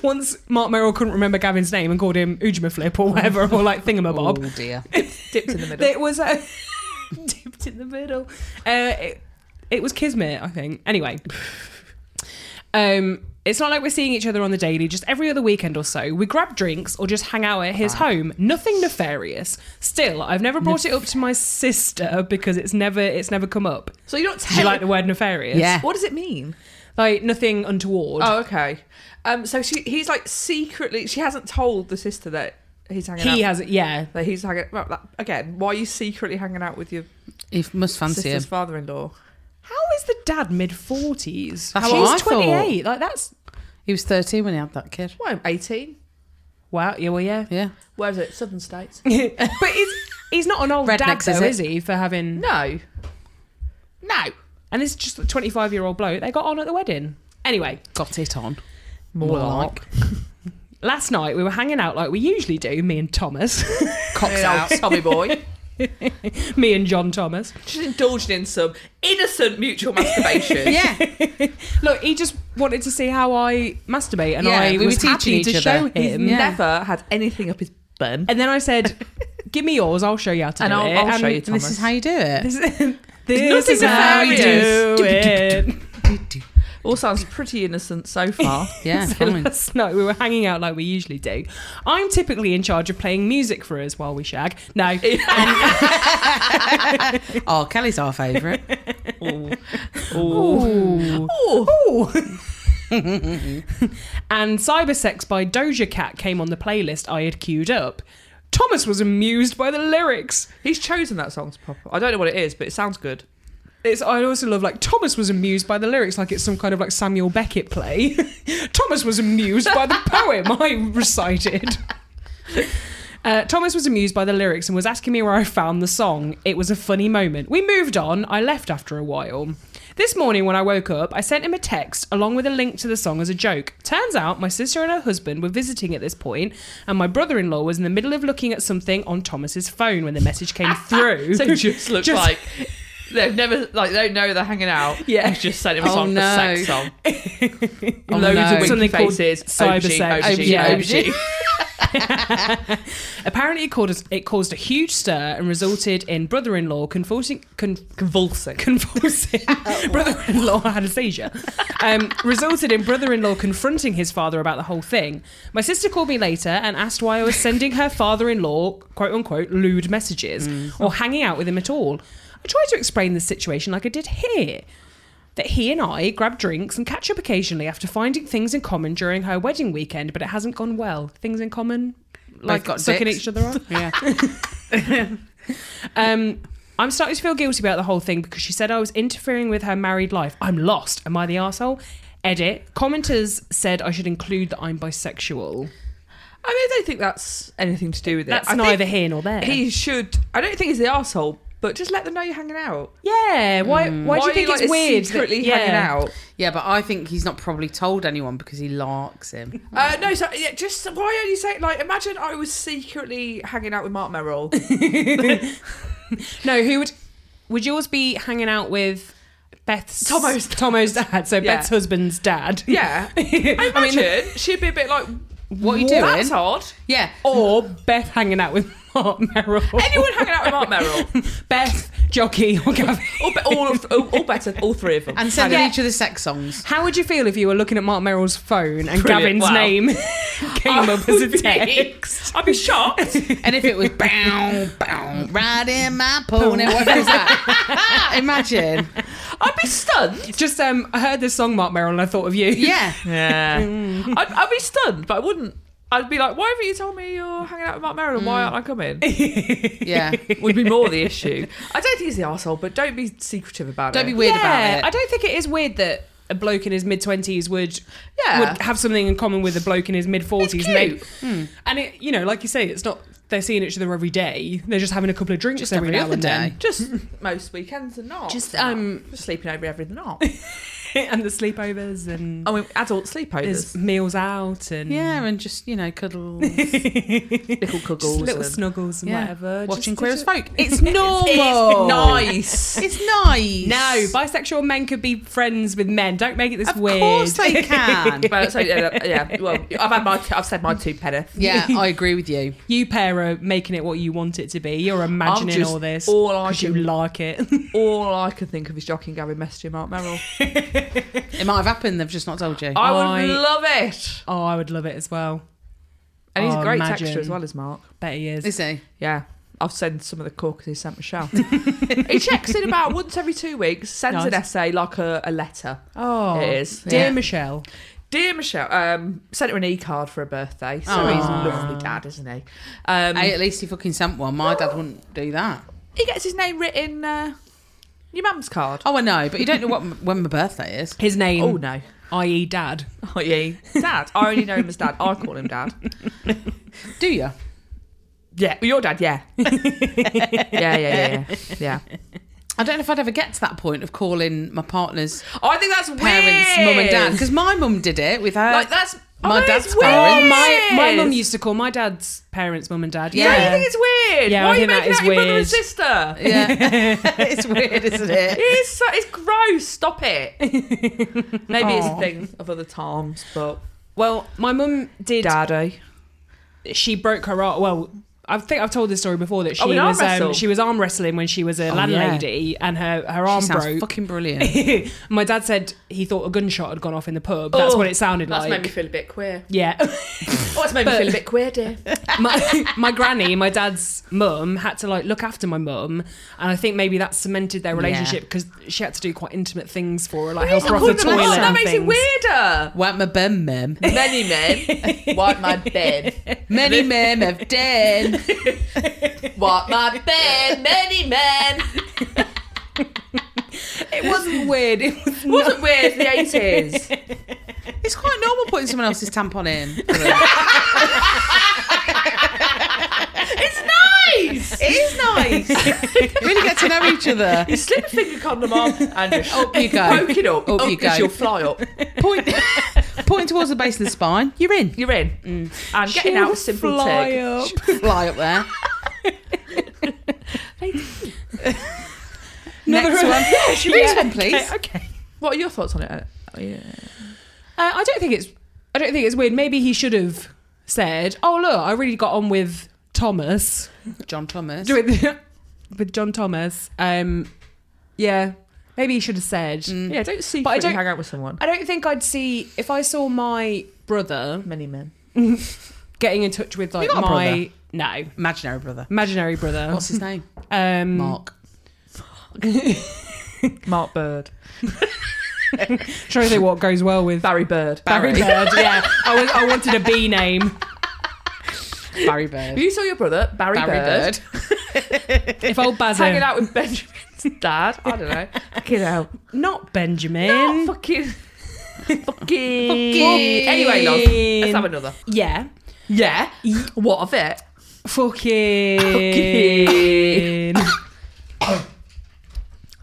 Speaker 2: once Mark Merrill couldn't remember Gavin's name and called him Ujima Flip or whatever, or like Thingamabob.
Speaker 3: Oh dear.
Speaker 1: Dipped in the middle.
Speaker 2: It was uh, dipped in the middle. Uh, it, it was kismet, I think. Anyway, um, it's not like we're seeing each other on the daily, just every other weekend or so. We grab drinks or just hang out at his home. Nothing nefarious. Still, I've never brought it up to my sister because it's never it's never come up.
Speaker 1: So you're not
Speaker 2: Do you
Speaker 1: telling.
Speaker 2: like the word nefarious?
Speaker 3: Yeah.
Speaker 1: what does it mean?
Speaker 2: Like nothing untoward.
Speaker 1: Oh, okay. Um, so she, he's like secretly. She hasn't told the sister that he's hanging out.
Speaker 2: he has it. Yeah.
Speaker 1: That he's hanging. Well, that, again, why are you secretly hanging out with your
Speaker 3: If must fancy him.
Speaker 1: sister's father-in-law?
Speaker 2: How is the dad mid forties?
Speaker 3: That's
Speaker 2: She's
Speaker 3: what I thought.
Speaker 2: twenty eight. Like that's
Speaker 3: He was 13 when he had that kid.
Speaker 1: Why? Eighteen.
Speaker 2: wow. Yeah, well, yeah.
Speaker 3: Yeah.
Speaker 1: Where is it? Southern states.
Speaker 2: but he's he's not an old dad
Speaker 3: Rednecks,
Speaker 2: though,
Speaker 3: is
Speaker 2: is,
Speaker 3: it?
Speaker 2: he? For having
Speaker 1: No. No.
Speaker 2: and it's just a twenty five year old bloke they got on at the wedding. Anyway,
Speaker 3: Got it on.
Speaker 1: More
Speaker 3: like.
Speaker 2: last night we were hanging out like we usually do. Me and Thomas,
Speaker 1: Cops out, Tommy boy.
Speaker 2: me and John Thomas.
Speaker 1: Just indulged in some innocent mutual masturbation.
Speaker 3: Yeah.
Speaker 2: Look, he just wanted to see how I masturbate, and
Speaker 3: Yeah,
Speaker 2: I
Speaker 3: we were
Speaker 2: was
Speaker 3: teaching
Speaker 2: happy
Speaker 3: each
Speaker 2: to
Speaker 3: other.
Speaker 2: show
Speaker 3: He's
Speaker 2: him.
Speaker 3: Yeah.
Speaker 1: Never had anything up his bum.
Speaker 2: And then I said, "Give me yours. I'll show you how to
Speaker 1: And
Speaker 2: do
Speaker 1: I'll-
Speaker 2: it."
Speaker 1: I'll
Speaker 2: and
Speaker 1: show you,
Speaker 3: And this is how you do it.
Speaker 2: This, this is
Speaker 1: Nothing
Speaker 2: how you do
Speaker 1: nefarious.
Speaker 2: it.
Speaker 1: All sounds pretty innocent so far.
Speaker 3: Yeah.
Speaker 2: So
Speaker 3: fine.
Speaker 2: last night we were hanging out like we usually do. I'm typically in charge of playing music for us while we shag. No,
Speaker 3: Oh, Kelly's our favourite.
Speaker 1: Ooh.
Speaker 2: Ooh.
Speaker 3: Ooh.
Speaker 2: And Cybersex by Doja Cat came on the playlist I had queued up. Thomas was amused by the lyrics.
Speaker 1: He's chosen that song to pop up. I don't know what it is, but it sounds good.
Speaker 2: It's, I also love like Thomas was amused by the lyrics, like it's some kind of like Samuel Beckett play. Thomas was amused by the poem I recited. Uh, Thomas was amused by the lyrics and was asking me where I found the song. It was a funny moment. We moved on. I left after a while. This morning, when I woke up, I sent him a text along with a link to the song as a joke. Turns out my sister and her husband were visiting at this point, and my brother in law was in the middle of looking at something on Thomas's phone when the message came through.
Speaker 1: So it just looks like they've never like they don't know they're hanging out.
Speaker 2: Yeah.
Speaker 1: He's just sent him a
Speaker 3: Oh,
Speaker 1: song
Speaker 3: no.
Speaker 1: for sex song.
Speaker 3: Oh,
Speaker 1: Loads
Speaker 3: no.
Speaker 1: of winky
Speaker 2: Something called
Speaker 1: faces.
Speaker 2: cyber
Speaker 1: aubergine,
Speaker 2: sex. Oh,
Speaker 1: aubergine,
Speaker 2: Yeah.
Speaker 1: aubergine.
Speaker 2: Apparently, it caused, it caused a huge stir and resulted in brother in law convulsing. Con- convulsing. Convulsing. brother in law had a seizure. Um, resulted in brother in law confronting his father about the whole thing. My sister called me later and asked why I was sending her father in law, quote unquote, lewd messages or hanging out with him at all. I tried to explain the situation like I did here that he and I grab drinks and catch up occasionally after finding things in common during her wedding weekend, but it hasn't gone well. Things in common, like
Speaker 3: got
Speaker 2: sucking
Speaker 3: dicks.
Speaker 2: each other off.
Speaker 3: Yeah.
Speaker 2: Um, I'm starting to feel guilty about the whole thing because she said I was interfering with her married life. I'm lost. Am I the asshole? Edit. Commenters said I should include that I'm bisexual.
Speaker 1: I mean, I don't think that's anything to do with it.
Speaker 2: That's
Speaker 1: I think
Speaker 2: neither here nor there.
Speaker 1: He should. I don't think he's the asshole, but just let them know you're hanging out.
Speaker 2: yeah. Why? Why, do you
Speaker 1: Mm. are
Speaker 2: think
Speaker 1: like,
Speaker 2: it's weird? that-
Speaker 1: Secretly
Speaker 2: yeah.
Speaker 1: hanging out.
Speaker 3: Yeah, but I think he's not probably told anyone because he larks him.
Speaker 1: Uh, no, so yeah, just why are you saying like? Imagine I was secretly hanging out with Mark Merrill.
Speaker 2: No. Who would? Would yours be hanging out with? Beth's
Speaker 1: Tomo's dad.
Speaker 2: Tomo's dad. So
Speaker 1: Yeah.
Speaker 2: Beth's husband's dad.
Speaker 1: Yeah, I
Speaker 2: I
Speaker 1: imagine
Speaker 2: mean,
Speaker 1: she'd be a bit like,
Speaker 3: What are you doing?
Speaker 1: That's odd.
Speaker 3: Yeah.
Speaker 2: or Beth hanging out with Mark Merrill.
Speaker 1: Anyone hanging out with Mark Merrill,
Speaker 2: Beth, Jockey, or Gavin.
Speaker 1: all, be- all, of, all, all better, all three of them.
Speaker 3: And sending
Speaker 2: Yeah.
Speaker 3: each other sex songs.
Speaker 2: How would you feel if you were looking at Mark Merrill's phone and
Speaker 1: Brilliant,
Speaker 2: Gavin's
Speaker 1: wow.
Speaker 2: name came up as a text?
Speaker 1: I'd be shocked.
Speaker 3: And if it was bow, bow, riding my pony, what is that? Imagine.
Speaker 1: I'd be stunned.
Speaker 2: Just um, I heard this song, Mark Merrill, and I thought of you.
Speaker 3: Yeah.
Speaker 1: Yeah, I'd, I'd be stunned, but I wouldn't. I'd be like, why haven't you told me you're hanging out with Mark Merrill? and Why aren't I coming?
Speaker 3: Yeah.
Speaker 1: Would be more the issue. I don't think he's the asshole, but don't be secretive about
Speaker 3: Don't
Speaker 1: it.
Speaker 3: be weird
Speaker 2: Yeah, I
Speaker 3: about it.
Speaker 2: don't think it is weird that a bloke in his mid twenties would
Speaker 1: Yeah.
Speaker 2: would have something in common with a bloke in his mid forties.
Speaker 1: It's
Speaker 2: And,
Speaker 1: cute. Hmm.
Speaker 2: they- and it, you know, like you say, it's not they're seeing each other every day. They're just having a couple of drinks
Speaker 3: Just
Speaker 2: every,
Speaker 3: every
Speaker 2: now
Speaker 3: other
Speaker 2: and then.
Speaker 3: day.
Speaker 1: Just most weekends are not.
Speaker 2: Just,
Speaker 1: They're not.
Speaker 2: um,
Speaker 1: just sleeping over every night.
Speaker 2: and the sleepovers and
Speaker 1: I mean, adult sleepovers,
Speaker 2: there's meals out and
Speaker 3: Yeah, and just, you know, cuddle,
Speaker 1: little
Speaker 2: just
Speaker 1: cuddles,
Speaker 2: little
Speaker 1: and-
Speaker 2: snuggles and
Speaker 3: Yeah.
Speaker 2: whatever.
Speaker 3: watching
Speaker 2: just-
Speaker 3: Queer as
Speaker 2: just-
Speaker 3: Folk. It's normal.
Speaker 1: It's nice.
Speaker 3: It's nice.
Speaker 2: No, bisexual men could be friends with men. Don't make it this
Speaker 3: Of
Speaker 2: weird.
Speaker 3: course they can.
Speaker 1: Well, so, yeah, yeah, well, I've had my, I've said my two penny.
Speaker 3: yeah, I agree with you.
Speaker 2: you pair are making it what you want it to be. You're imagining
Speaker 1: just-
Speaker 2: all this.
Speaker 1: all I
Speaker 2: 'cause you
Speaker 1: can-
Speaker 2: like it.
Speaker 1: All I can think of is Jock and Gary messaging Mark Merrill.
Speaker 3: It might have happened. They've just not told you.
Speaker 1: I
Speaker 2: I-
Speaker 1: would love it.
Speaker 2: oh, I would love it as well.
Speaker 1: And he's
Speaker 2: Oh,
Speaker 1: a great
Speaker 2: imagine.
Speaker 1: texture as well as Mark.
Speaker 2: Bet he is.
Speaker 3: Is he?
Speaker 1: Yeah. I've sent some of the caucus he sent Michelle. he checks in about once every two weeks, sends an
Speaker 2: Nice.
Speaker 1: essay like a, a letter.
Speaker 2: oh,
Speaker 1: It is.
Speaker 2: Dear
Speaker 3: Yeah.
Speaker 2: Michelle,
Speaker 1: Dear Michelle, um, sent her an e card for her birthday. So he's
Speaker 3: Aw.
Speaker 1: a lovely dad, isn't he? Um,
Speaker 3: Hey, at least he fucking sent one. My dad wouldn't do that.
Speaker 1: he gets his name written uh, your mum's card.
Speaker 3: Oh, I know, but you don't know what when my birthday is.
Speaker 2: his name,
Speaker 1: Oh no.
Speaker 2: i.e., Dad.
Speaker 1: Oh yeah. Dad. I only know him as dad. I call him dad.
Speaker 3: Do you?
Speaker 1: Yeah. Your dad, yeah. yeah, yeah, yeah, yeah. Yeah.
Speaker 3: I don't know if I'd ever get to that point of calling my partner's
Speaker 1: Oh, I think that's weird.
Speaker 3: parents, mum and dad, because my mum did it with her.
Speaker 2: Uh,
Speaker 1: like that's
Speaker 3: my
Speaker 1: oh,
Speaker 3: dad's
Speaker 1: it's weird.
Speaker 3: parents.
Speaker 2: Oh, my my mum used to call my dad's parents mum and dad.
Speaker 3: Yeah.
Speaker 1: Yeah. Don't you
Speaker 2: Yeah.
Speaker 1: think it's weird?
Speaker 2: Yeah, I
Speaker 1: Why are you
Speaker 2: think that
Speaker 1: making
Speaker 2: is
Speaker 1: out your brother
Speaker 2: weird.
Speaker 1: and sister?
Speaker 3: yeah, it's weird, isn't it?
Speaker 1: It's so, it's gross. Stop it. Maybe it's a thing of other times, but eh?
Speaker 2: well, my mum did.
Speaker 1: daddy.
Speaker 2: She broke her arm. Well, I think I've told this story before that she
Speaker 1: Oh, an arm
Speaker 2: was um,
Speaker 1: wrestle. Oh,
Speaker 2: she was arm wrestling when she was a landlady and her her arm
Speaker 3: She sounds
Speaker 2: broke.
Speaker 3: fucking brilliant.
Speaker 2: My dad said he thought a gunshot had gone off in the pub. That's
Speaker 1: Oh,
Speaker 2: what it sounded
Speaker 1: That's
Speaker 2: like.
Speaker 1: made me feel a bit queer.
Speaker 2: yeah.
Speaker 1: Oh, it's made me
Speaker 2: But-
Speaker 1: feel a bit queer, dear.
Speaker 2: my, my granny, my dad's mum, had to like look after my mum, and I think maybe that cemented their relationship because she had to do quite intimate things for her, like help her off the
Speaker 1: Couldn't have-
Speaker 2: toilet.
Speaker 1: Oh, That
Speaker 2: and
Speaker 1: makes it
Speaker 2: things.
Speaker 1: weirder.
Speaker 3: Wipe my bum, ma'am.
Speaker 1: Many men wipe my bed.
Speaker 3: Many ma'am have done.
Speaker 1: Wipe my bed. Many men.
Speaker 2: It wasn't weird. It was
Speaker 1: Wasn't weird in the 80s.
Speaker 3: It's quite normal putting someone else's tampon in.
Speaker 1: It's nice.
Speaker 3: It is nice. really get to know each other.
Speaker 1: You slip a finger condom on and just
Speaker 3: Up you go.
Speaker 1: poke it up.
Speaker 3: Up
Speaker 1: Up,
Speaker 3: you
Speaker 1: you
Speaker 3: go.
Speaker 1: You'll fly up.
Speaker 3: Point, point towards the base of the spine. You're in.
Speaker 1: You're in. Mm. And getting out a simple
Speaker 2: fly
Speaker 1: tick.
Speaker 2: up.
Speaker 3: Fly up there.
Speaker 2: Another-
Speaker 3: Next one. Next one, please.
Speaker 2: Okay, okay.
Speaker 1: What are your thoughts on it? Oh, yeah.
Speaker 2: Uh, I don't think it's. I don't think it's weird. Maybe he should have said, "Oh look, I really got on with Thomas."
Speaker 3: John Thomas.
Speaker 2: Do it with John Thomas. Um, yeah, maybe he should have said.
Speaker 3: Mm.
Speaker 1: Yeah, don't see
Speaker 2: But I don't-
Speaker 1: hang out with someone.
Speaker 2: I don't think I'd see if I saw my brother
Speaker 1: Many men.
Speaker 2: getting in touch with like
Speaker 3: got a
Speaker 2: my no
Speaker 3: Imaginary brother.
Speaker 2: imaginary brother.
Speaker 3: What's his name?
Speaker 2: um,
Speaker 3: Mark.
Speaker 1: Mark Bird.
Speaker 2: Trying to think what goes well with
Speaker 1: Barry Bird.
Speaker 3: Barry.
Speaker 2: Bird. yeah, I, was, I wanted a B name.
Speaker 3: Barry Bird.
Speaker 1: You saw your brother, Barry,
Speaker 3: Barry
Speaker 1: Bird,
Speaker 3: Bird.
Speaker 2: If old Baz
Speaker 1: hanging out with Benjamin's dad. I don't know. Fucking hell.
Speaker 2: not
Speaker 1: Not
Speaker 2: Benjamin.
Speaker 1: fucking. fucking. Anyway, love. Let's have another.
Speaker 2: yeah,
Speaker 1: Yeah. What of it?
Speaker 2: fucking.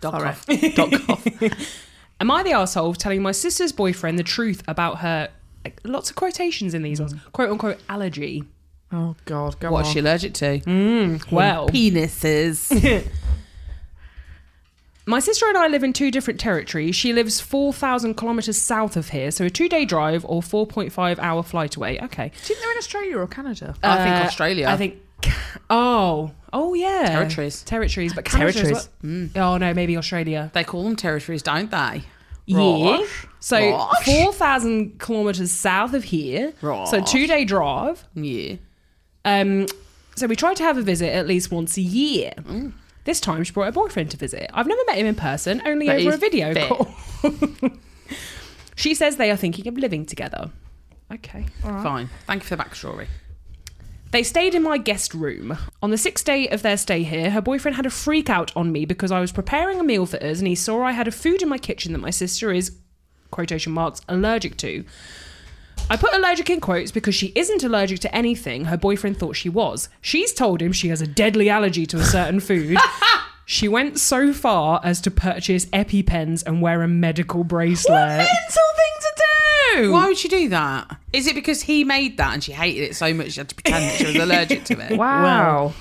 Speaker 3: Dog
Speaker 1: Sorry.
Speaker 3: cough. Dog cough.
Speaker 2: Am I the asshole telling my sister's boyfriend the truth about her? Like, lots of quotations in these ones.
Speaker 3: Mm.
Speaker 2: Quote unquote allergy.
Speaker 1: Oh, God. Go
Speaker 3: What's she allergic to?
Speaker 2: Well,
Speaker 3: Penises.
Speaker 2: My sister and I live in two different territories. She lives 4,000 kilometres south of here, so a two day drive or 4.5 hour flight away. Okay.
Speaker 1: Do you think they're in Australia or Canada?
Speaker 3: I think
Speaker 2: Uh,
Speaker 3: Australia.
Speaker 2: I think. Oh, oh yeah.
Speaker 3: Territories.
Speaker 2: Territories, but Canada as
Speaker 1: Territories.
Speaker 2: well. Oh no, maybe Australia.
Speaker 3: they call them territories, don't they?
Speaker 2: Yeah.
Speaker 1: Right.
Speaker 2: So
Speaker 3: Right.
Speaker 2: 4,000 kilometres south of here.
Speaker 3: Right.
Speaker 2: So two day drive.
Speaker 3: Yeah.
Speaker 2: Um, so we tried to have a visit at least once a year. This time she brought her boyfriend to visit. I've never met him in person, only
Speaker 3: But
Speaker 2: over a
Speaker 3: he's
Speaker 2: video
Speaker 3: fit.
Speaker 2: call. she says they are thinking of living together. Okay.
Speaker 3: Fine. Thank you for the backstory.
Speaker 2: They stayed in my guest room. On the sixth day of their stay here, her boyfriend had a freak out on me because I was preparing a meal for us and he saw I had a food in my kitchen that my sister is, quotation marks, allergic to. I put allergic in quotes because she isn't allergic to anything her boyfriend thought she was. She's told him she has a deadly allergy to a certain food. she went so far as to purchase EpiPens and wear a medical bracelet.
Speaker 1: thing to do.
Speaker 3: Why would she do that? Is it because he made that and she hated it so much she had to pretend that she was allergic to it?
Speaker 1: Wow.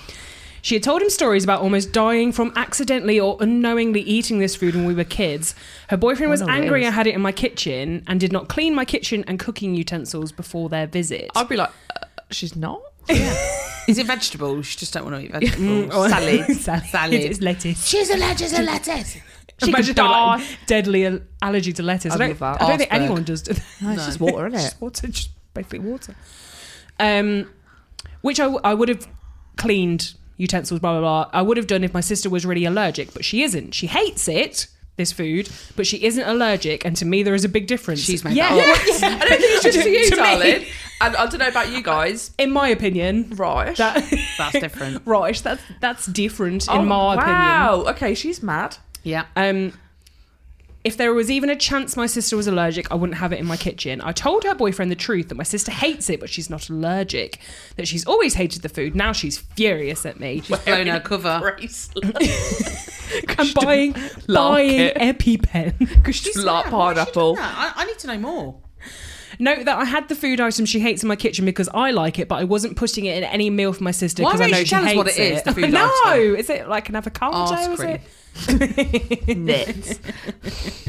Speaker 2: She had told him stories about almost dying from accidentally or unknowingly eating this food when we were kids. Her boyfriend was
Speaker 1: I know what it
Speaker 2: angry
Speaker 1: is.
Speaker 2: I had it in my kitchen and did not clean my kitchen and cooking utensils before their visit.
Speaker 1: I'd be like, uh, she's not.
Speaker 3: Is it vegetables? She just don't want to eat vegetables.
Speaker 2: Or-
Speaker 3: Salad.
Speaker 2: Salad.
Speaker 3: Salad.
Speaker 2: It's lettuce.
Speaker 3: She's allergic to lettuce.
Speaker 2: She
Speaker 1: Imagine
Speaker 2: could die.
Speaker 1: die.
Speaker 2: deadly al- allergy to lettuce. I,
Speaker 1: I
Speaker 2: don't,
Speaker 1: love that.
Speaker 2: I don't think
Speaker 3: Arsberg.
Speaker 2: anyone does. do that.
Speaker 1: No, it's just water, isn't it?
Speaker 2: Just water, just basically water. Um, which I, w- I would have cleaned utensils, blah, blah, blah. I would have done if my sister was really allergic, but she isn't. She hates it, this food, but she isn't allergic. And to me, there is a big difference.
Speaker 3: She's made
Speaker 2: yeah.
Speaker 3: that up.
Speaker 2: yeah.
Speaker 1: I don't think it's just to you,
Speaker 2: To me.
Speaker 1: darling. And I don't know about you guys.
Speaker 2: In my opinion,
Speaker 1: Right.
Speaker 2: that,
Speaker 3: That's different.
Speaker 2: right, that's, that's different
Speaker 1: Oh,
Speaker 2: in my opinion.
Speaker 1: Wow. Okay, she's mad.
Speaker 3: Yeah.
Speaker 2: Um, if there was even a chance my sister was allergic, I wouldn't have it in my kitchen. I told her boyfriend the truth that my sister hates it, but she's not allergic. That she's always hated the food. Now she's furious at me.
Speaker 3: She's blown her cover.
Speaker 1: Bracelet.
Speaker 2: I'm buying
Speaker 1: like
Speaker 2: buying
Speaker 1: it.
Speaker 2: EpiPen.
Speaker 1: Because she's like pineapple.
Speaker 3: I, I need to know more.
Speaker 2: Note that I had the food item she hates in my kitchen because I like it, but I wasn't putting it in any meal for my sister
Speaker 3: Why
Speaker 2: because I
Speaker 3: won't
Speaker 2: know
Speaker 3: you
Speaker 2: she
Speaker 3: tell us
Speaker 2: hates
Speaker 3: what it is, the food
Speaker 2: no,
Speaker 3: item?
Speaker 2: is it like an avocado?
Speaker 3: Arse
Speaker 2: Is
Speaker 3: cream.
Speaker 2: it?
Speaker 1: Nuts.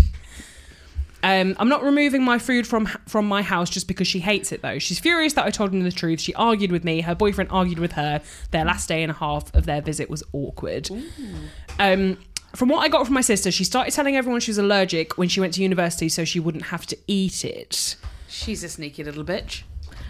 Speaker 2: Um, I'm not removing my food from from my house just because she hates it though. She's furious that I told him the truth. She argued with me. Her boyfriend argued with her. Their last day and a half of their visit was awkward. Um, from what I got from my sister, she started telling everyone she was allergic when she went to university, so she wouldn't have to eat it.
Speaker 3: She's a sneaky little bitch.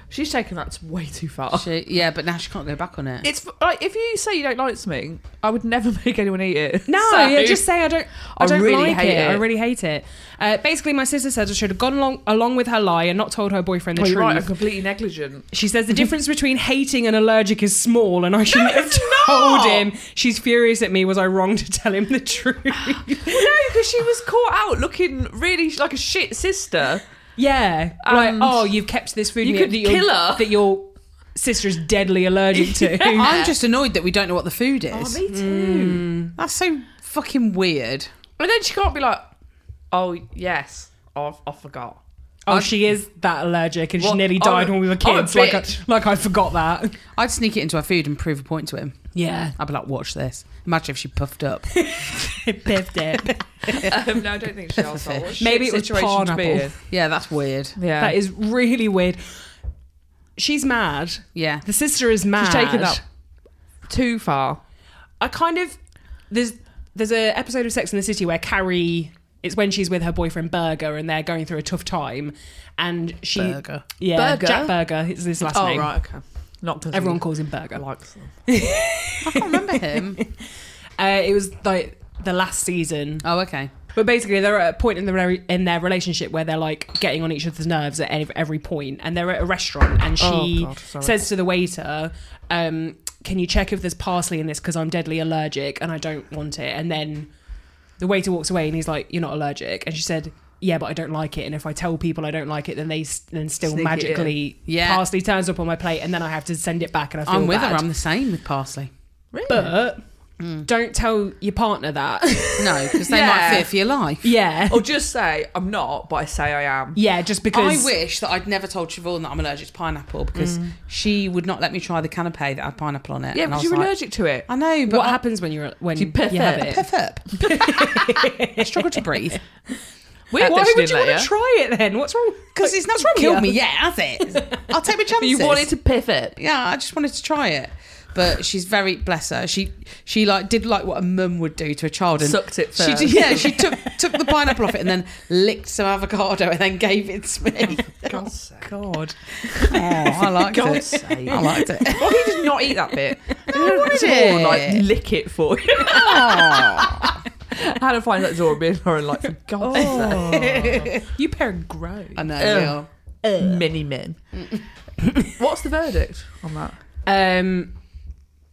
Speaker 1: She's taken that way too far.
Speaker 3: She, yeah, but now she can't go back on it.
Speaker 1: It's like if you say you don't like something, I would never make anyone eat it.
Speaker 2: No,
Speaker 1: So-
Speaker 2: yeah, just say I don't. I,
Speaker 1: I
Speaker 2: don't
Speaker 1: really
Speaker 2: like
Speaker 1: hate
Speaker 2: it. I
Speaker 1: it.
Speaker 2: really hate it. Uh, basically, my sister said I should have gone along along with her lie and not told her boyfriend the
Speaker 1: Well, you're
Speaker 2: truth.
Speaker 1: right. I'm completely negligent.
Speaker 2: She says the difference between hating and allergic is small, and I shouldn't have
Speaker 1: it's
Speaker 2: told
Speaker 1: not.
Speaker 2: him. She's furious at me. Was I wrong to tell him the truth?
Speaker 1: no, because she was caught out looking really like a shit sister.
Speaker 2: yeah. like,
Speaker 1: And
Speaker 2: oh, you've kept this food.
Speaker 1: you
Speaker 2: me-
Speaker 1: could
Speaker 2: that your-
Speaker 1: kill her.
Speaker 2: That your sister is deadly allergic to.
Speaker 3: I'm just annoyed that we don't know what the food is. Mm.
Speaker 1: too.
Speaker 3: That's so fucking weird.
Speaker 1: And then she can't be like, oh yes, I've, I forgot.
Speaker 2: Oh, she is that allergic, and she
Speaker 1: What?
Speaker 2: nearly
Speaker 1: Oh,
Speaker 2: died when we were
Speaker 1: oh,
Speaker 2: kids. like, I,
Speaker 1: bitch.
Speaker 2: like I forgot that.
Speaker 3: I'd sneak it into her food and prove a point to him.
Speaker 2: Yeah,
Speaker 3: I'd be like, watch this. Imagine if she puffed up.
Speaker 2: biffed it.
Speaker 1: Um, no, I don't think she has. that. What a shit
Speaker 2: Maybe it was
Speaker 1: situation to be
Speaker 2: pineapple.
Speaker 1: in.
Speaker 3: yeah, that's weird.
Speaker 1: Yeah,
Speaker 2: That is really weird. She's mad.
Speaker 3: Yeah.
Speaker 2: The sister is mad.
Speaker 1: She's taken that too far.
Speaker 2: I kind of there's there's a episode of Sex in the City where Carrie it's when she's with her boyfriend Berger and they're going through a tough time and she
Speaker 3: Burger.
Speaker 2: yeah
Speaker 1: Berger?
Speaker 2: Jack Berger is his
Speaker 1: Oh,
Speaker 2: last
Speaker 3: Oh,
Speaker 2: name.
Speaker 1: okay. Not because
Speaker 2: Everyone calls him Berger.
Speaker 1: likes them.
Speaker 3: I can't remember him.
Speaker 2: Uh, it was like the last season,
Speaker 3: Oh, okay.
Speaker 2: but basically they're at a point in their in their relationship where they're like getting on each other's nerves at every, every point, and they're at a restaurant and she
Speaker 1: Oh, God, sorry.
Speaker 2: says to the waiter. Um, can you check if there's parsley in this because I'm deadly allergic and I don't want it? And then the waiter walks away and he's like, "You're not allergic," and she said. Yeah, but I don't like it, and if I tell people I don't like it, then they s- then still
Speaker 1: Sneak it in.
Speaker 2: magically
Speaker 3: Yeah.
Speaker 2: parsley turns up on my plate, and then I have to send it back, and I feel
Speaker 3: I'm with
Speaker 2: bad.
Speaker 3: her. I'm the same with parsley.
Speaker 1: Really?
Speaker 2: but don't tell your partner that.
Speaker 3: No, because they
Speaker 1: Yeah.
Speaker 3: might fear for your life.
Speaker 2: yeah,
Speaker 1: or just say I'm not, but I say I am.
Speaker 2: yeah, just
Speaker 3: I
Speaker 2: because.
Speaker 3: wish that I'd never told Siobhan that I'm allergic to pineapple because she would not let me try the canapé that had pineapple on it.
Speaker 1: Yeah,
Speaker 3: and I
Speaker 1: because
Speaker 3: was
Speaker 1: you're
Speaker 3: like,
Speaker 1: allergic to it.
Speaker 3: I know, but
Speaker 2: what
Speaker 3: I-
Speaker 2: happens when you're when
Speaker 1: You
Speaker 2: you,
Speaker 1: piff
Speaker 2: have
Speaker 1: it.
Speaker 2: it?
Speaker 3: Puff up. I struggle to breathe
Speaker 1: Weird that
Speaker 2: Why
Speaker 1: she
Speaker 2: would
Speaker 1: didn't
Speaker 2: you
Speaker 1: let
Speaker 2: want to try it then? What's wrong?
Speaker 3: because it's not killed me yet, has it? I'll take my chances.
Speaker 1: You wanted to piff it.
Speaker 3: yeah, I just wanted to try it. But she's very bless her. She she like did like what a mum would do to a child and
Speaker 1: Sucked it
Speaker 3: She
Speaker 1: first.
Speaker 3: did, yeah, she took took the pineapple off it and then licked some avocado and then gave it to me.
Speaker 1: God's sake.
Speaker 2: God,
Speaker 3: Oh, I liked
Speaker 1: God's
Speaker 3: it.
Speaker 1: sake.
Speaker 3: I liked it.
Speaker 1: Why would you not eat that bit? No,
Speaker 3: did.
Speaker 1: like lick it for you.
Speaker 3: Aw.
Speaker 1: I had to find that Zora being Lauren like for God's
Speaker 2: you pair gross.
Speaker 3: I know.
Speaker 1: Ugh.
Speaker 3: yeah.
Speaker 1: sake. Mini Um, men. What's the verdict on that?
Speaker 2: Um,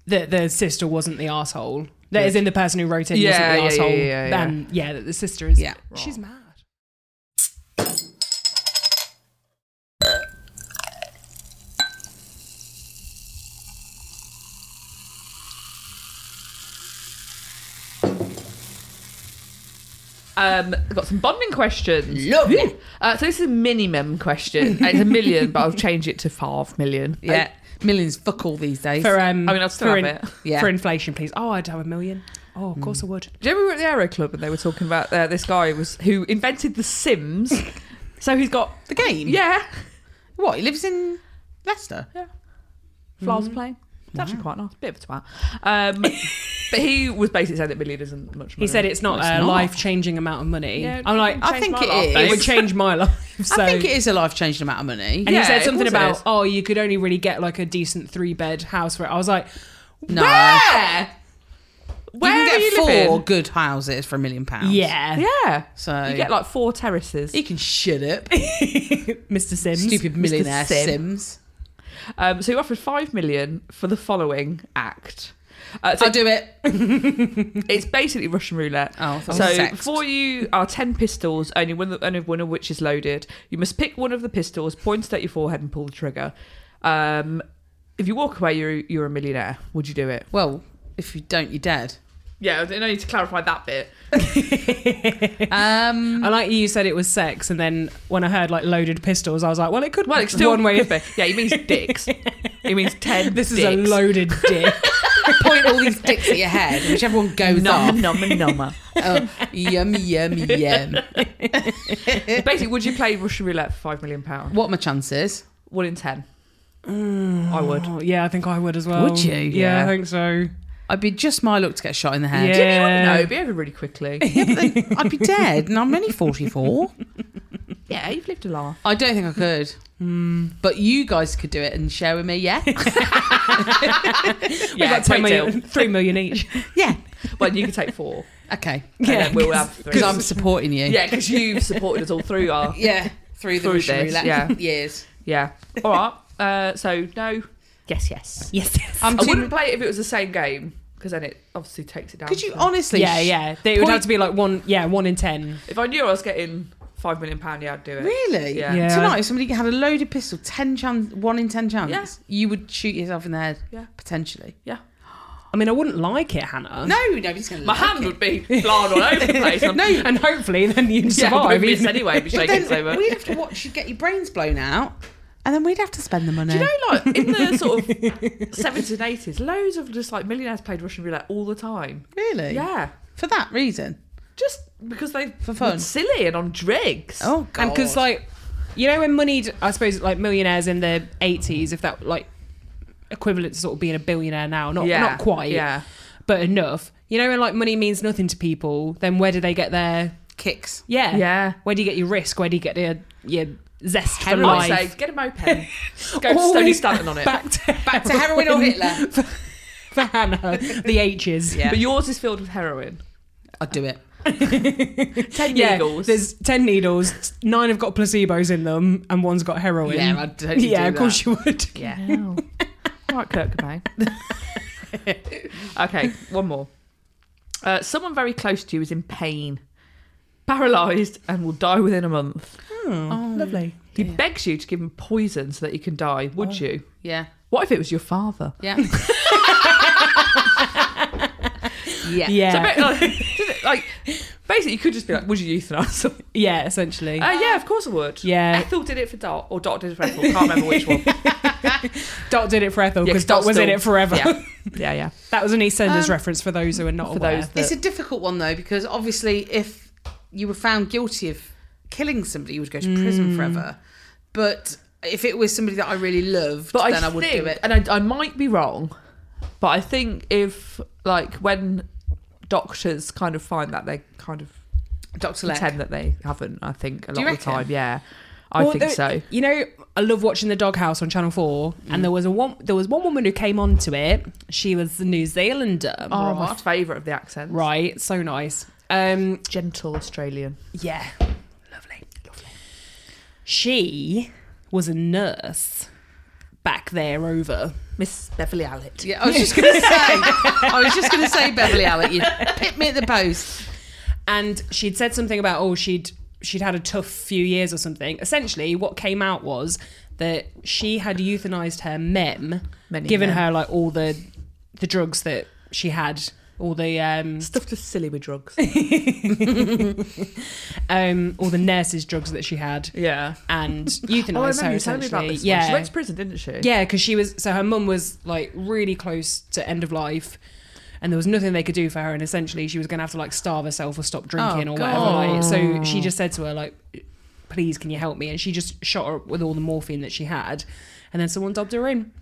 Speaker 2: the the sister wasn't the asshole. That is in the person who wrote it
Speaker 1: Yeah, yeah,
Speaker 2: wasn't the
Speaker 1: yeah,
Speaker 2: asshole.
Speaker 1: yeah, yeah.
Speaker 2: And yeah, that the sister is.
Speaker 3: Yeah.
Speaker 2: she's mad.
Speaker 1: Um, I've got some bonding questions.
Speaker 3: Lovely.
Speaker 1: Uh, so this is a mini mem question. It's a million, but I'll change it to five million.
Speaker 3: Yeah. Millions fuck all these days.
Speaker 2: For um,
Speaker 1: I mean, I'd still
Speaker 2: for
Speaker 1: have it. Mm.
Speaker 3: Yeah.
Speaker 2: for inflation, please. Oh, I'd have a million. Oh, of course I would.
Speaker 1: Do you remember we were at the Aero Club and they were talking about uh, this guy was who invented the Sims? so he's got
Speaker 3: the game.
Speaker 1: yeah,
Speaker 3: What? He lives in Leicester.
Speaker 1: flowers plane. It's actually quite nice. Bit of a twat. Um, but he was basically saying that million isn't much. Money.
Speaker 2: He said it's not
Speaker 3: it's
Speaker 2: a
Speaker 3: not.
Speaker 2: life-changing amount of money.
Speaker 1: Yeah,
Speaker 2: I'm like,
Speaker 3: I think
Speaker 1: my
Speaker 3: it
Speaker 1: life,
Speaker 3: is.
Speaker 2: it would change my life. So.
Speaker 3: I think it is a life changing amount of money.
Speaker 2: And
Speaker 1: Yeah,
Speaker 2: he said
Speaker 1: of
Speaker 2: something
Speaker 1: course it
Speaker 2: about,
Speaker 1: is.
Speaker 2: oh, you could only really get like a decent three bed house for it. I was like,
Speaker 3: No.
Speaker 1: Where?
Speaker 3: You
Speaker 1: Where
Speaker 3: can
Speaker 1: are
Speaker 3: get
Speaker 1: you
Speaker 3: four
Speaker 1: living?
Speaker 3: good houses for a million pounds.
Speaker 2: yeah,
Speaker 1: Yeah. E
Speaker 3: So
Speaker 1: You get like four terraces.
Speaker 3: he can shut up.
Speaker 2: Mr. Sims.
Speaker 3: Stupid millionaire
Speaker 1: Sim.
Speaker 3: Sims.
Speaker 1: Um, so he offered five million for the following act. Uh, so
Speaker 3: I'll do it.
Speaker 1: it's basically Russian roulette.
Speaker 3: Oh, I thought it was
Speaker 1: so
Speaker 3: sex.
Speaker 1: before you are ten pistols, only one, only one of which is loaded. You must pick one of the pistols, point it at your forehead, and pull the trigger. Um, if you walk away, you're you're a millionaire. Would you do it?
Speaker 3: Well, if you don't, you're dead.
Speaker 1: Yeah, I don't need to clarify that bit.
Speaker 3: Um,
Speaker 2: I like you said it was sex, and then when I heard like loaded pistols, I was like, well, it could.
Speaker 1: Well,
Speaker 2: be
Speaker 1: it's still
Speaker 2: one way.
Speaker 1: Yeah, he means dicks. he means ten.
Speaker 2: This is
Speaker 1: dicks.
Speaker 2: a loaded dick.
Speaker 3: point all these dicks at your head, which everyone goes off.
Speaker 1: Nom nom nom.
Speaker 3: Oh, yum, yum, yum.
Speaker 1: Basically, would you play Russian roulette for five million pounds?
Speaker 3: What are my chances?
Speaker 1: One in ten. I would.
Speaker 2: Oh, yeah, I think I would as well.
Speaker 3: Would you?
Speaker 2: Yeah,
Speaker 3: Yeah.
Speaker 2: I think so.
Speaker 3: I'd be just my luck to get shot in the head.
Speaker 1: Yeah, you never
Speaker 2: Yeah.
Speaker 1: know. It'd be over really quickly.
Speaker 3: I'd be dead, and I'm only 44.
Speaker 1: yeah, you've lived a life.
Speaker 3: I don't think I could. But you guys could do it and share with me, yeah?
Speaker 2: We
Speaker 1: great
Speaker 2: got 10 million, 3 million each.
Speaker 3: yeah.
Speaker 1: Well, you could take four.
Speaker 3: Okay.
Speaker 1: Yeah,
Speaker 2: Yeah,
Speaker 1: we'll have three.
Speaker 3: Because I'm supporting you.
Speaker 1: yeah, because you've supported us all through our
Speaker 3: Yeah. Through the
Speaker 1: Through
Speaker 3: Russian
Speaker 1: this,
Speaker 3: roulette
Speaker 1: yeah.
Speaker 3: years.
Speaker 1: yeah. All right. Uh, so no. Yes, yes.
Speaker 2: Yes, yes.
Speaker 3: I'm
Speaker 1: I
Speaker 3: too,
Speaker 1: wouldn't play it if it was the same game because then it obviously takes it down.
Speaker 3: could you
Speaker 1: to-
Speaker 3: honestly?
Speaker 2: yeah,
Speaker 3: sh-
Speaker 2: yeah. They would have
Speaker 3: Point-
Speaker 2: to be like one, yeah, one in 10.
Speaker 1: If I knew I was getting five million pound, yeah, I'd do it.
Speaker 3: Really?
Speaker 1: Yeah.
Speaker 2: Yeah.
Speaker 3: Tonight, if somebody had a loaded pistol, ten chance, one in ten chance,
Speaker 1: Yeah.
Speaker 3: you would shoot yourself in the head.
Speaker 1: Yeah.
Speaker 3: Potentially.
Speaker 2: I mean, I wouldn't like it, Hannah.
Speaker 3: No, nobody's going to.
Speaker 1: My
Speaker 3: like
Speaker 1: hand
Speaker 3: it.
Speaker 1: would be flying all over the place. I'm,
Speaker 2: no. And hopefully then you'd
Speaker 1: yeah, I
Speaker 2: survive.
Speaker 1: would miss
Speaker 2: even-
Speaker 1: anyway. I'd Be
Speaker 3: But
Speaker 1: shaking so
Speaker 3: then
Speaker 1: much.
Speaker 3: we'd have to watch you get your brains blown out, and then we'd have to spend the money.
Speaker 1: Do you know, like in the sort of seventies and eighties, loads of just like millionaires played Russian roulette all the time.
Speaker 3: really?
Speaker 1: Yeah,
Speaker 3: For that reason.
Speaker 1: just because they
Speaker 3: For fun.
Speaker 1: were silly and on dregs.
Speaker 3: Oh God.
Speaker 2: And because like, you know, when moneyed, I suppose like millionaires in the eighties, if that like equivalent to sort of being a billionaire now, not
Speaker 1: yeah,
Speaker 2: not quite,
Speaker 1: Yeah,
Speaker 2: but enough. You know, when like money means nothing to people, then where do they get their
Speaker 3: kicks.
Speaker 2: yeah?
Speaker 1: yeah.
Speaker 2: Where do you get your risk? Where do you get your your zest for
Speaker 1: And I say,
Speaker 2: life?
Speaker 1: get a moped. Go Stony
Speaker 2: Always
Speaker 1: Stanton on it.
Speaker 2: Back to,
Speaker 3: Back to heroin or Hitler.
Speaker 2: for Hannah, the H's.
Speaker 3: Yeah.
Speaker 1: But yours is filled with heroin.
Speaker 3: I'd do it.
Speaker 1: Ten
Speaker 2: Yeah,
Speaker 1: needles.
Speaker 2: there's ten needles. Nine have got placebos in them, and one's got heroin.
Speaker 3: Yeah, I'd totally
Speaker 2: yeah,
Speaker 3: do
Speaker 2: of course
Speaker 3: that.
Speaker 2: you would.
Speaker 1: yeah. All right, Kurt Cobain. okay, one more. Uh, someone very close to you is in pain, paralysed, and will die within a month.
Speaker 3: Oh,
Speaker 2: lovely.
Speaker 1: He begs you to give him poison so that he can die. Would you?
Speaker 3: Yeah.
Speaker 1: What if it was your father?
Speaker 3: Yeah. yeah.
Speaker 1: So
Speaker 2: Yeah,
Speaker 1: ba- like, like, basically, you could just be like, "Would you euthanize?" him?"
Speaker 2: yeah, essentially.
Speaker 3: Oh.
Speaker 1: Uh, yeah, of course I would.
Speaker 2: Yeah.
Speaker 1: Ethel did it for Dot, or Dot did it for Ethel. Can't remember which one.
Speaker 2: Dot did it for Ethel
Speaker 1: Yeah,
Speaker 2: because
Speaker 1: 'cause
Speaker 2: Dot
Speaker 1: Dot's
Speaker 2: was in
Speaker 1: still-
Speaker 2: it forever.
Speaker 1: yeah, yeah, yeah.
Speaker 2: That was an EastEnders
Speaker 3: Um,
Speaker 2: reference for those who are not
Speaker 1: For
Speaker 2: aware.
Speaker 1: those
Speaker 3: It's
Speaker 1: that
Speaker 3: a difficult one though because obviously if you were found guilty of killing somebody, you would go to prison forever. But if it was somebody that I really loved,
Speaker 1: But
Speaker 3: then I,
Speaker 1: I,
Speaker 3: would
Speaker 1: think,
Speaker 3: do it.
Speaker 1: and I, I might be wrong, but I think if like when doctors kind of find that they kind of
Speaker 3: Doctor Leck.
Speaker 1: pretend that they haven't, I think a
Speaker 3: Do
Speaker 1: lot
Speaker 3: you
Speaker 1: of the
Speaker 3: reckon?
Speaker 1: time, yeah, I
Speaker 2: Well,
Speaker 1: think
Speaker 2: there-
Speaker 1: so.
Speaker 2: You know, I love watching the Doghouse on Channel Four, and there was a one. There was one woman who came onto it. She was a New Zealander,
Speaker 1: Oh, my
Speaker 2: right?
Speaker 1: favourite of the accents,
Speaker 2: Right, so nice. Um,
Speaker 1: Gentle Australian.
Speaker 2: yeah, lovely, lovely. She was a nurse back there over.
Speaker 1: Miss Beverly Allitt.
Speaker 3: Yeah, I was just gonna say. I was just gonna say Beverly Allen. You hit me at the post.
Speaker 2: and she'd said something about oh she'd she'd had a tough few years or something essentially what came out was that she had euthanized her mem
Speaker 1: Many
Speaker 2: given
Speaker 1: mem.
Speaker 2: her like all the the drugs that she had all the um
Speaker 1: Stuff just silly with drugs.
Speaker 2: um all the nurses drugs that she had
Speaker 1: yeah.
Speaker 2: and
Speaker 1: Oh, I
Speaker 2: euthanized
Speaker 1: remember
Speaker 2: her
Speaker 1: you telling me
Speaker 2: essentially
Speaker 1: about this. one.
Speaker 2: yeah
Speaker 1: She went to prison, didn't she?
Speaker 2: Yeah, because she was so her mum was like really close to end of life, and there was nothing they could do for her, and essentially she was going to have to like starve herself or stop drinking
Speaker 3: Oh,
Speaker 2: or
Speaker 3: God.
Speaker 2: whatever. Like, so she just said to her like, "Please, can you help me?" And she just shot her up with all the morphine that she had, and then someone dobbed her in.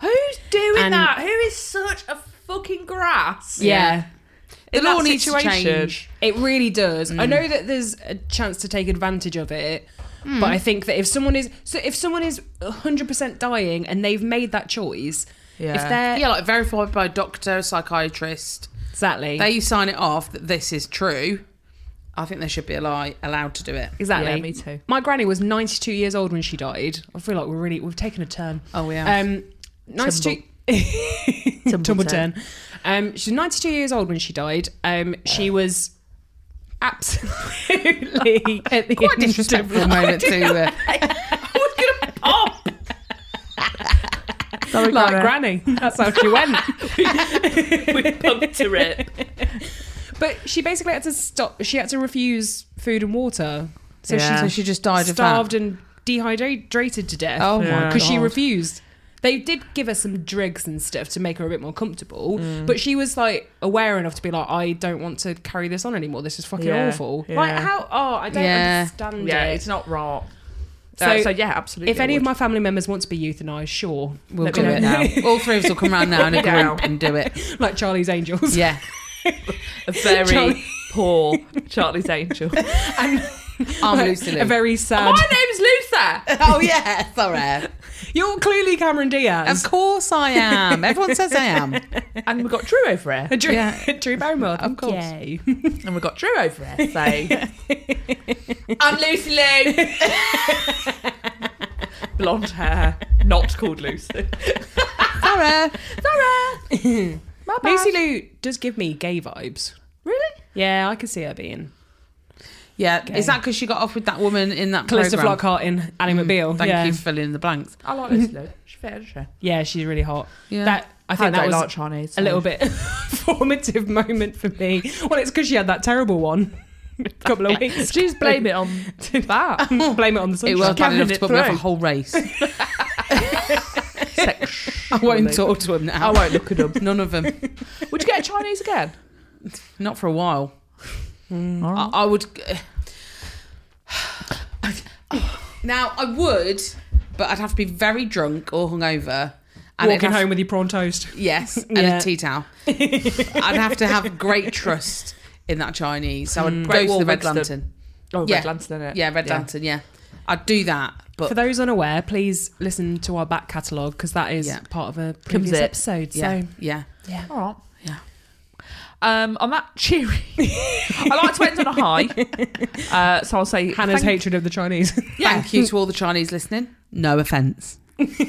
Speaker 1: Who's doing
Speaker 2: And-
Speaker 1: that? Who is such a fucking grass?
Speaker 2: Yeah.
Speaker 3: The
Speaker 1: In
Speaker 3: law
Speaker 1: that
Speaker 3: needs to
Speaker 1: situation.
Speaker 3: change.
Speaker 2: It really does. I know that there's a chance to take advantage of it, but I think that if someone is so if someone is 100% dying and they've made that choice, if
Speaker 1: Yeah.
Speaker 2: they're
Speaker 3: Yeah, like verified by a doctor, psychiatrist.
Speaker 2: exactly
Speaker 3: They sign it off that this is true. I think they should be allow- allowed to do it.
Speaker 2: Exactly.
Speaker 1: Yeah, me too.
Speaker 2: My granny was 92 years old when she died. I feel like we're really we've taken a turn.
Speaker 3: Oh yeah.
Speaker 2: Um 92
Speaker 1: Tumble
Speaker 2: tumble
Speaker 1: turn.
Speaker 2: turn. Um she's 92 years old when she died. Um she was absolutely at the
Speaker 3: Quite
Speaker 2: end of
Speaker 3: disrespectful
Speaker 2: life.
Speaker 3: moment to uh,
Speaker 1: Sorry,
Speaker 2: like granny. That's how she went.
Speaker 1: we pumped her it.
Speaker 2: But she basically had to stop she had to refuse food and water. So
Speaker 1: Yeah.
Speaker 2: she
Speaker 3: So she just died of that.
Speaker 2: starved and dehydrated to death.
Speaker 3: Oh my
Speaker 1: Yeah.
Speaker 3: god!
Speaker 2: because she refused. They did give her some drugs and stuff to make her a bit more comfortable, but she was like aware enough to be like, I don't want to carry this on anymore. This is fucking
Speaker 1: Yeah,
Speaker 2: awful.
Speaker 1: yeah.
Speaker 2: Like how? Oh, I don't
Speaker 3: Yeah.
Speaker 2: understand
Speaker 1: Yeah,
Speaker 2: it.
Speaker 1: it's not right. So,
Speaker 2: So,
Speaker 1: so yeah, absolutely.
Speaker 2: if
Speaker 1: I
Speaker 2: any of
Speaker 1: would.
Speaker 2: my family members want to be euthanized, sure, we'll
Speaker 1: Let
Speaker 2: do
Speaker 1: me
Speaker 3: do
Speaker 2: it.
Speaker 3: it now. All three of us will come round now in a
Speaker 1: Yeah.
Speaker 3: group and do it.
Speaker 2: like Charlie's Angels.
Speaker 3: Yeah.
Speaker 1: a very
Speaker 2: Charlie-
Speaker 1: poor Charlie's Angel. Um,
Speaker 3: I'm
Speaker 2: Like,
Speaker 3: Lucy
Speaker 2: A
Speaker 3: Lou.
Speaker 2: very sad.
Speaker 1: my name's Luther.
Speaker 3: Oh, yeah. Sorry.
Speaker 2: You're clearly Cameron
Speaker 3: Of
Speaker 2: Diaz.
Speaker 3: course I am. Everyone says I am.
Speaker 1: and we've got Drew over here.
Speaker 2: Drew,
Speaker 3: Yeah.
Speaker 2: Drew Barrymore.
Speaker 3: Of course.
Speaker 2: Yay.
Speaker 1: And we've got Drew over here. So
Speaker 3: I'm Lucy Lou.
Speaker 1: blonde hair, not called Lucy.
Speaker 3: Sorry.
Speaker 1: My bad.
Speaker 2: Lucy Lou does give me gay vibes.
Speaker 1: Really?
Speaker 2: Yeah, I can see her being
Speaker 3: Yeah.
Speaker 2: Okay.
Speaker 3: Is that because she got off with that woman in that
Speaker 2: Calista
Speaker 3: programme?
Speaker 2: Flockhart in Annie McBeal.
Speaker 3: Mm, Thank
Speaker 2: yeah.
Speaker 3: you for filling in the blanks.
Speaker 1: I like Lucy Lou. She's fair, isn't she?
Speaker 2: Yeah, she's really hot.
Speaker 3: Yeah.
Speaker 2: That I think that was
Speaker 1: like Chinese.
Speaker 2: a little bit formative moment for me. Well, it's because she had that terrible one a couple of weeks.
Speaker 1: She's blame it on that.
Speaker 2: Blame it on the
Speaker 3: it
Speaker 2: sunshine.
Speaker 3: was bad
Speaker 1: carrying
Speaker 3: enough
Speaker 1: it
Speaker 3: to put me off a
Speaker 1: through.
Speaker 3: whole race.
Speaker 1: I
Speaker 3: I won't talk to him
Speaker 1: I
Speaker 3: now.
Speaker 1: won't look at them.
Speaker 3: None of them.
Speaker 1: Would you get a Chinese again?
Speaker 3: Not for a while.
Speaker 1: All
Speaker 3: I,
Speaker 1: right.
Speaker 3: I would. now I would, but I'd have to be very drunk or hungover. And it'd
Speaker 2: Walking
Speaker 3: have-
Speaker 2: home with your prawn toast.
Speaker 3: yes, and
Speaker 2: Yeah.
Speaker 3: a tea towel. I'd have to have great trust in that Chinese. So I'd
Speaker 1: Mm. Great
Speaker 3: go to
Speaker 1: Wall
Speaker 3: the Red
Speaker 1: Winston.
Speaker 3: Lantern.
Speaker 1: Oh,
Speaker 3: Yeah.
Speaker 1: Red Lantern, innit?
Speaker 3: Yeah, Red Lantern. Yeah, I'd do that. But
Speaker 2: For those unaware, please listen to our back catalogue because that is
Speaker 3: Yeah.
Speaker 2: part of a previous
Speaker 1: it.
Speaker 2: episode.
Speaker 3: yeah,
Speaker 2: So
Speaker 3: yeah.
Speaker 2: yeah,
Speaker 1: All right.
Speaker 3: Yeah.
Speaker 1: Um, on that cheery, I like to end on a high. Uh, so I'll say
Speaker 2: Hannah's
Speaker 1: thank-
Speaker 2: hatred of the Chinese.
Speaker 1: Yeah.
Speaker 3: Thank you to all the Chinese listening. No offence.
Speaker 1: I feel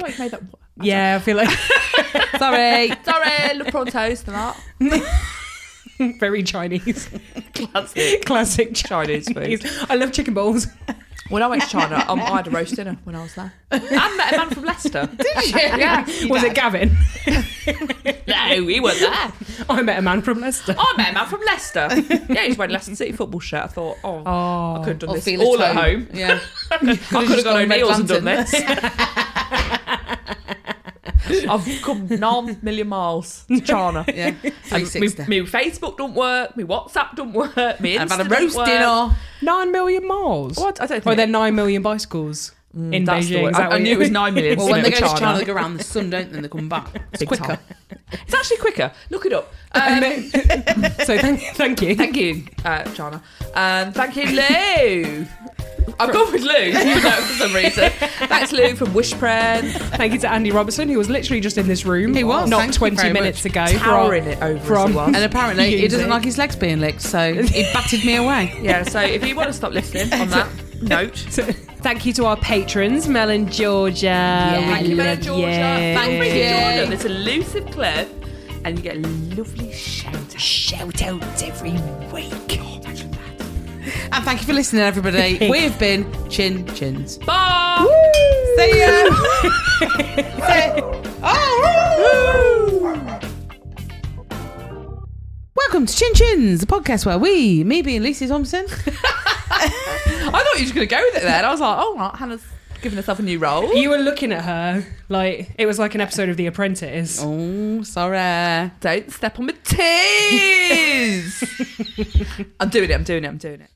Speaker 1: like you made that.
Speaker 2: yeah, I feel like
Speaker 3: Sorry.
Speaker 1: Sorry, Le Pronto's and that.
Speaker 2: very Chinese,
Speaker 1: Classic.
Speaker 2: classic
Speaker 1: Chinese food.
Speaker 2: Chinese. I love chicken bowls.
Speaker 1: When I went to China, um, I had a roast dinner when I was there. And met a man from Leicester.
Speaker 3: Did you?
Speaker 1: Yeah.
Speaker 2: Was it Gavin?
Speaker 1: No, he was there.
Speaker 2: I met a man from Leicester.
Speaker 1: I met a man from Leicester. Yeah, he's wearing Leicester City football shirt. I thought, oh, I could have done
Speaker 3: Or
Speaker 1: this
Speaker 3: feel
Speaker 1: all at home.
Speaker 3: Yeah.
Speaker 1: I could have
Speaker 3: just
Speaker 1: gone
Speaker 3: gone Red
Speaker 1: O'Neill's and done
Speaker 3: Lantern.
Speaker 1: this. I've come nine million miles to China.
Speaker 3: Yeah.
Speaker 1: And
Speaker 3: 360.
Speaker 1: me, me Facebook don't work. Me WhatsApp don't work. Me Insta
Speaker 3: I've had a
Speaker 1: don't
Speaker 3: roast
Speaker 1: work.
Speaker 3: dinner.
Speaker 2: Nine million miles.
Speaker 1: What? I don't think.
Speaker 2: Or then nine million bicycles in
Speaker 1: that's the
Speaker 2: Beijing.
Speaker 1: word.
Speaker 2: Is that
Speaker 1: I, I
Speaker 2: what
Speaker 1: knew
Speaker 2: you-
Speaker 1: it was nine million.
Speaker 3: Well, when
Speaker 1: isn't
Speaker 3: they
Speaker 1: it,
Speaker 3: go
Speaker 1: with
Speaker 3: to China, they go around the sun, don't they? And they come back. It's
Speaker 1: Big
Speaker 3: quicker.
Speaker 1: time. It's actually quicker. Look it up.
Speaker 2: And
Speaker 1: Um,
Speaker 2: then- so thank, thank you.
Speaker 1: thank you, uh, China. Um, thank you, Lou. I've gone with Lou for, no, for some reason. Thanks, Lou, from Wish Prayers.
Speaker 2: Thank you to Andy Robertson, who was literally just in this room.
Speaker 3: He was.
Speaker 2: not
Speaker 3: Thank you
Speaker 2: 20
Speaker 3: very
Speaker 2: minutes
Speaker 3: much.
Speaker 2: ago. for our-
Speaker 1: Towering it over as
Speaker 2: from-
Speaker 1: he was.
Speaker 3: And apparently, he doesn't
Speaker 2: Using.
Speaker 3: like his legs being licked, so he batted me away.
Speaker 1: Yeah, so if you want to stop listening on that note,
Speaker 2: Thank you to our patrons, Mel and Georgia.
Speaker 1: thank
Speaker 2: We
Speaker 1: you, Mel
Speaker 2: love
Speaker 1: Georgia.
Speaker 2: you.
Speaker 1: Thank you,
Speaker 3: Yay.
Speaker 1: Jordan. This elusive clip, and you get a lovely shout out. Shout outs every week. Imagine that.
Speaker 3: And thank you for listening, everybody. We have been Chin Chins.
Speaker 1: Bye.
Speaker 3: See ya. Say- oh, woo. Welcome to Chin Chins, the podcast where we, me being Lucy Thompson,
Speaker 1: I thought you were just going to go with it there. And I was like, oh, right, Hannah's giving herself a new role.
Speaker 2: You were looking at her like it was like an episode of The Apprentice.
Speaker 3: Oh, sorry.
Speaker 1: Don't step on my toes. I'm doing it. I'm doing it. I'm doing it.